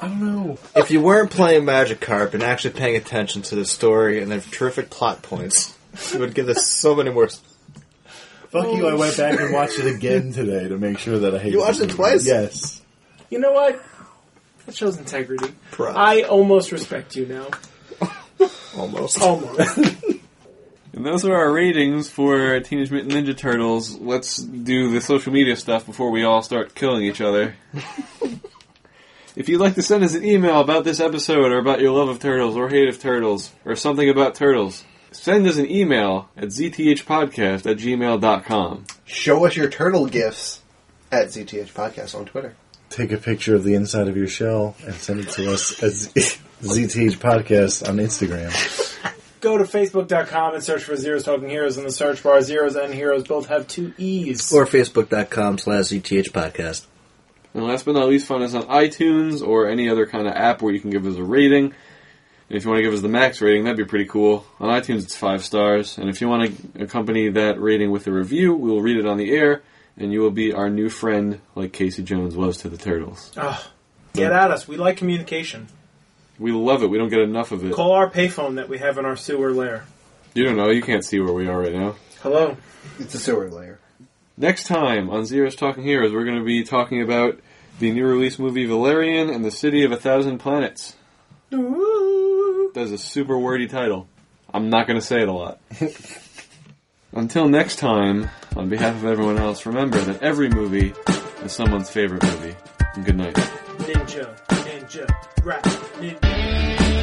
S1: I don't know.
S2: If you weren't playing Magikarp and actually paying attention to the story and the terrific plot points, it would give this so many more.
S5: Fuck you! I went back and watched it again today to make sure that I hate.
S2: You watched
S5: the
S2: it
S5: movie.
S2: twice?
S5: Yes.
S4: You know what? That shows integrity.
S2: Props.
S4: I almost respect you now.
S2: Almost.
S4: Almost.
S1: And those are our ratings for Teenage Mutant Ninja Turtles. Let's do the social media stuff before we all start killing each other. if you'd like to send us an email about this episode or about your love of turtles or hate of turtles or something about turtles, send us an email at zthpodcast at gmail.com.
S3: Show us your turtle gifts at ZTH Podcast on Twitter.
S5: Take a picture of the inside of your shell and send it to us at Z- ZTH Podcast on Instagram.
S4: Go to facebook.com and search for Zeros Talking Heroes in the search bar. Zeros and Heroes both have two E's.
S2: Or facebook.com slash ETH podcast.
S1: And last but not least, find us on iTunes or any other kind of app where you can give us a rating. And if you want to give us the max rating, that'd be pretty cool. On iTunes, it's five stars. And if you want to accompany that rating with a review, we will read it on the air, and you will be our new friend, like Casey Jones was to the Turtles.
S4: Ugh. get at us. We like communication.
S1: We love it. We don't get enough of it.
S4: Call our payphone that we have in our sewer lair.
S1: You don't know. You can't see where we are right now.
S4: Hello.
S3: It's a sewer layer.
S1: Next time on Zero's Talking Heroes, we're going to be talking about the new release movie Valerian and the City of a Thousand Planets. That's a super wordy title. I'm not going to say it a lot. Until next time, on behalf of everyone else, remember that every movie is someone's favorite movie. And good night.
S4: Ninja. Ninja. Rap. Ninja.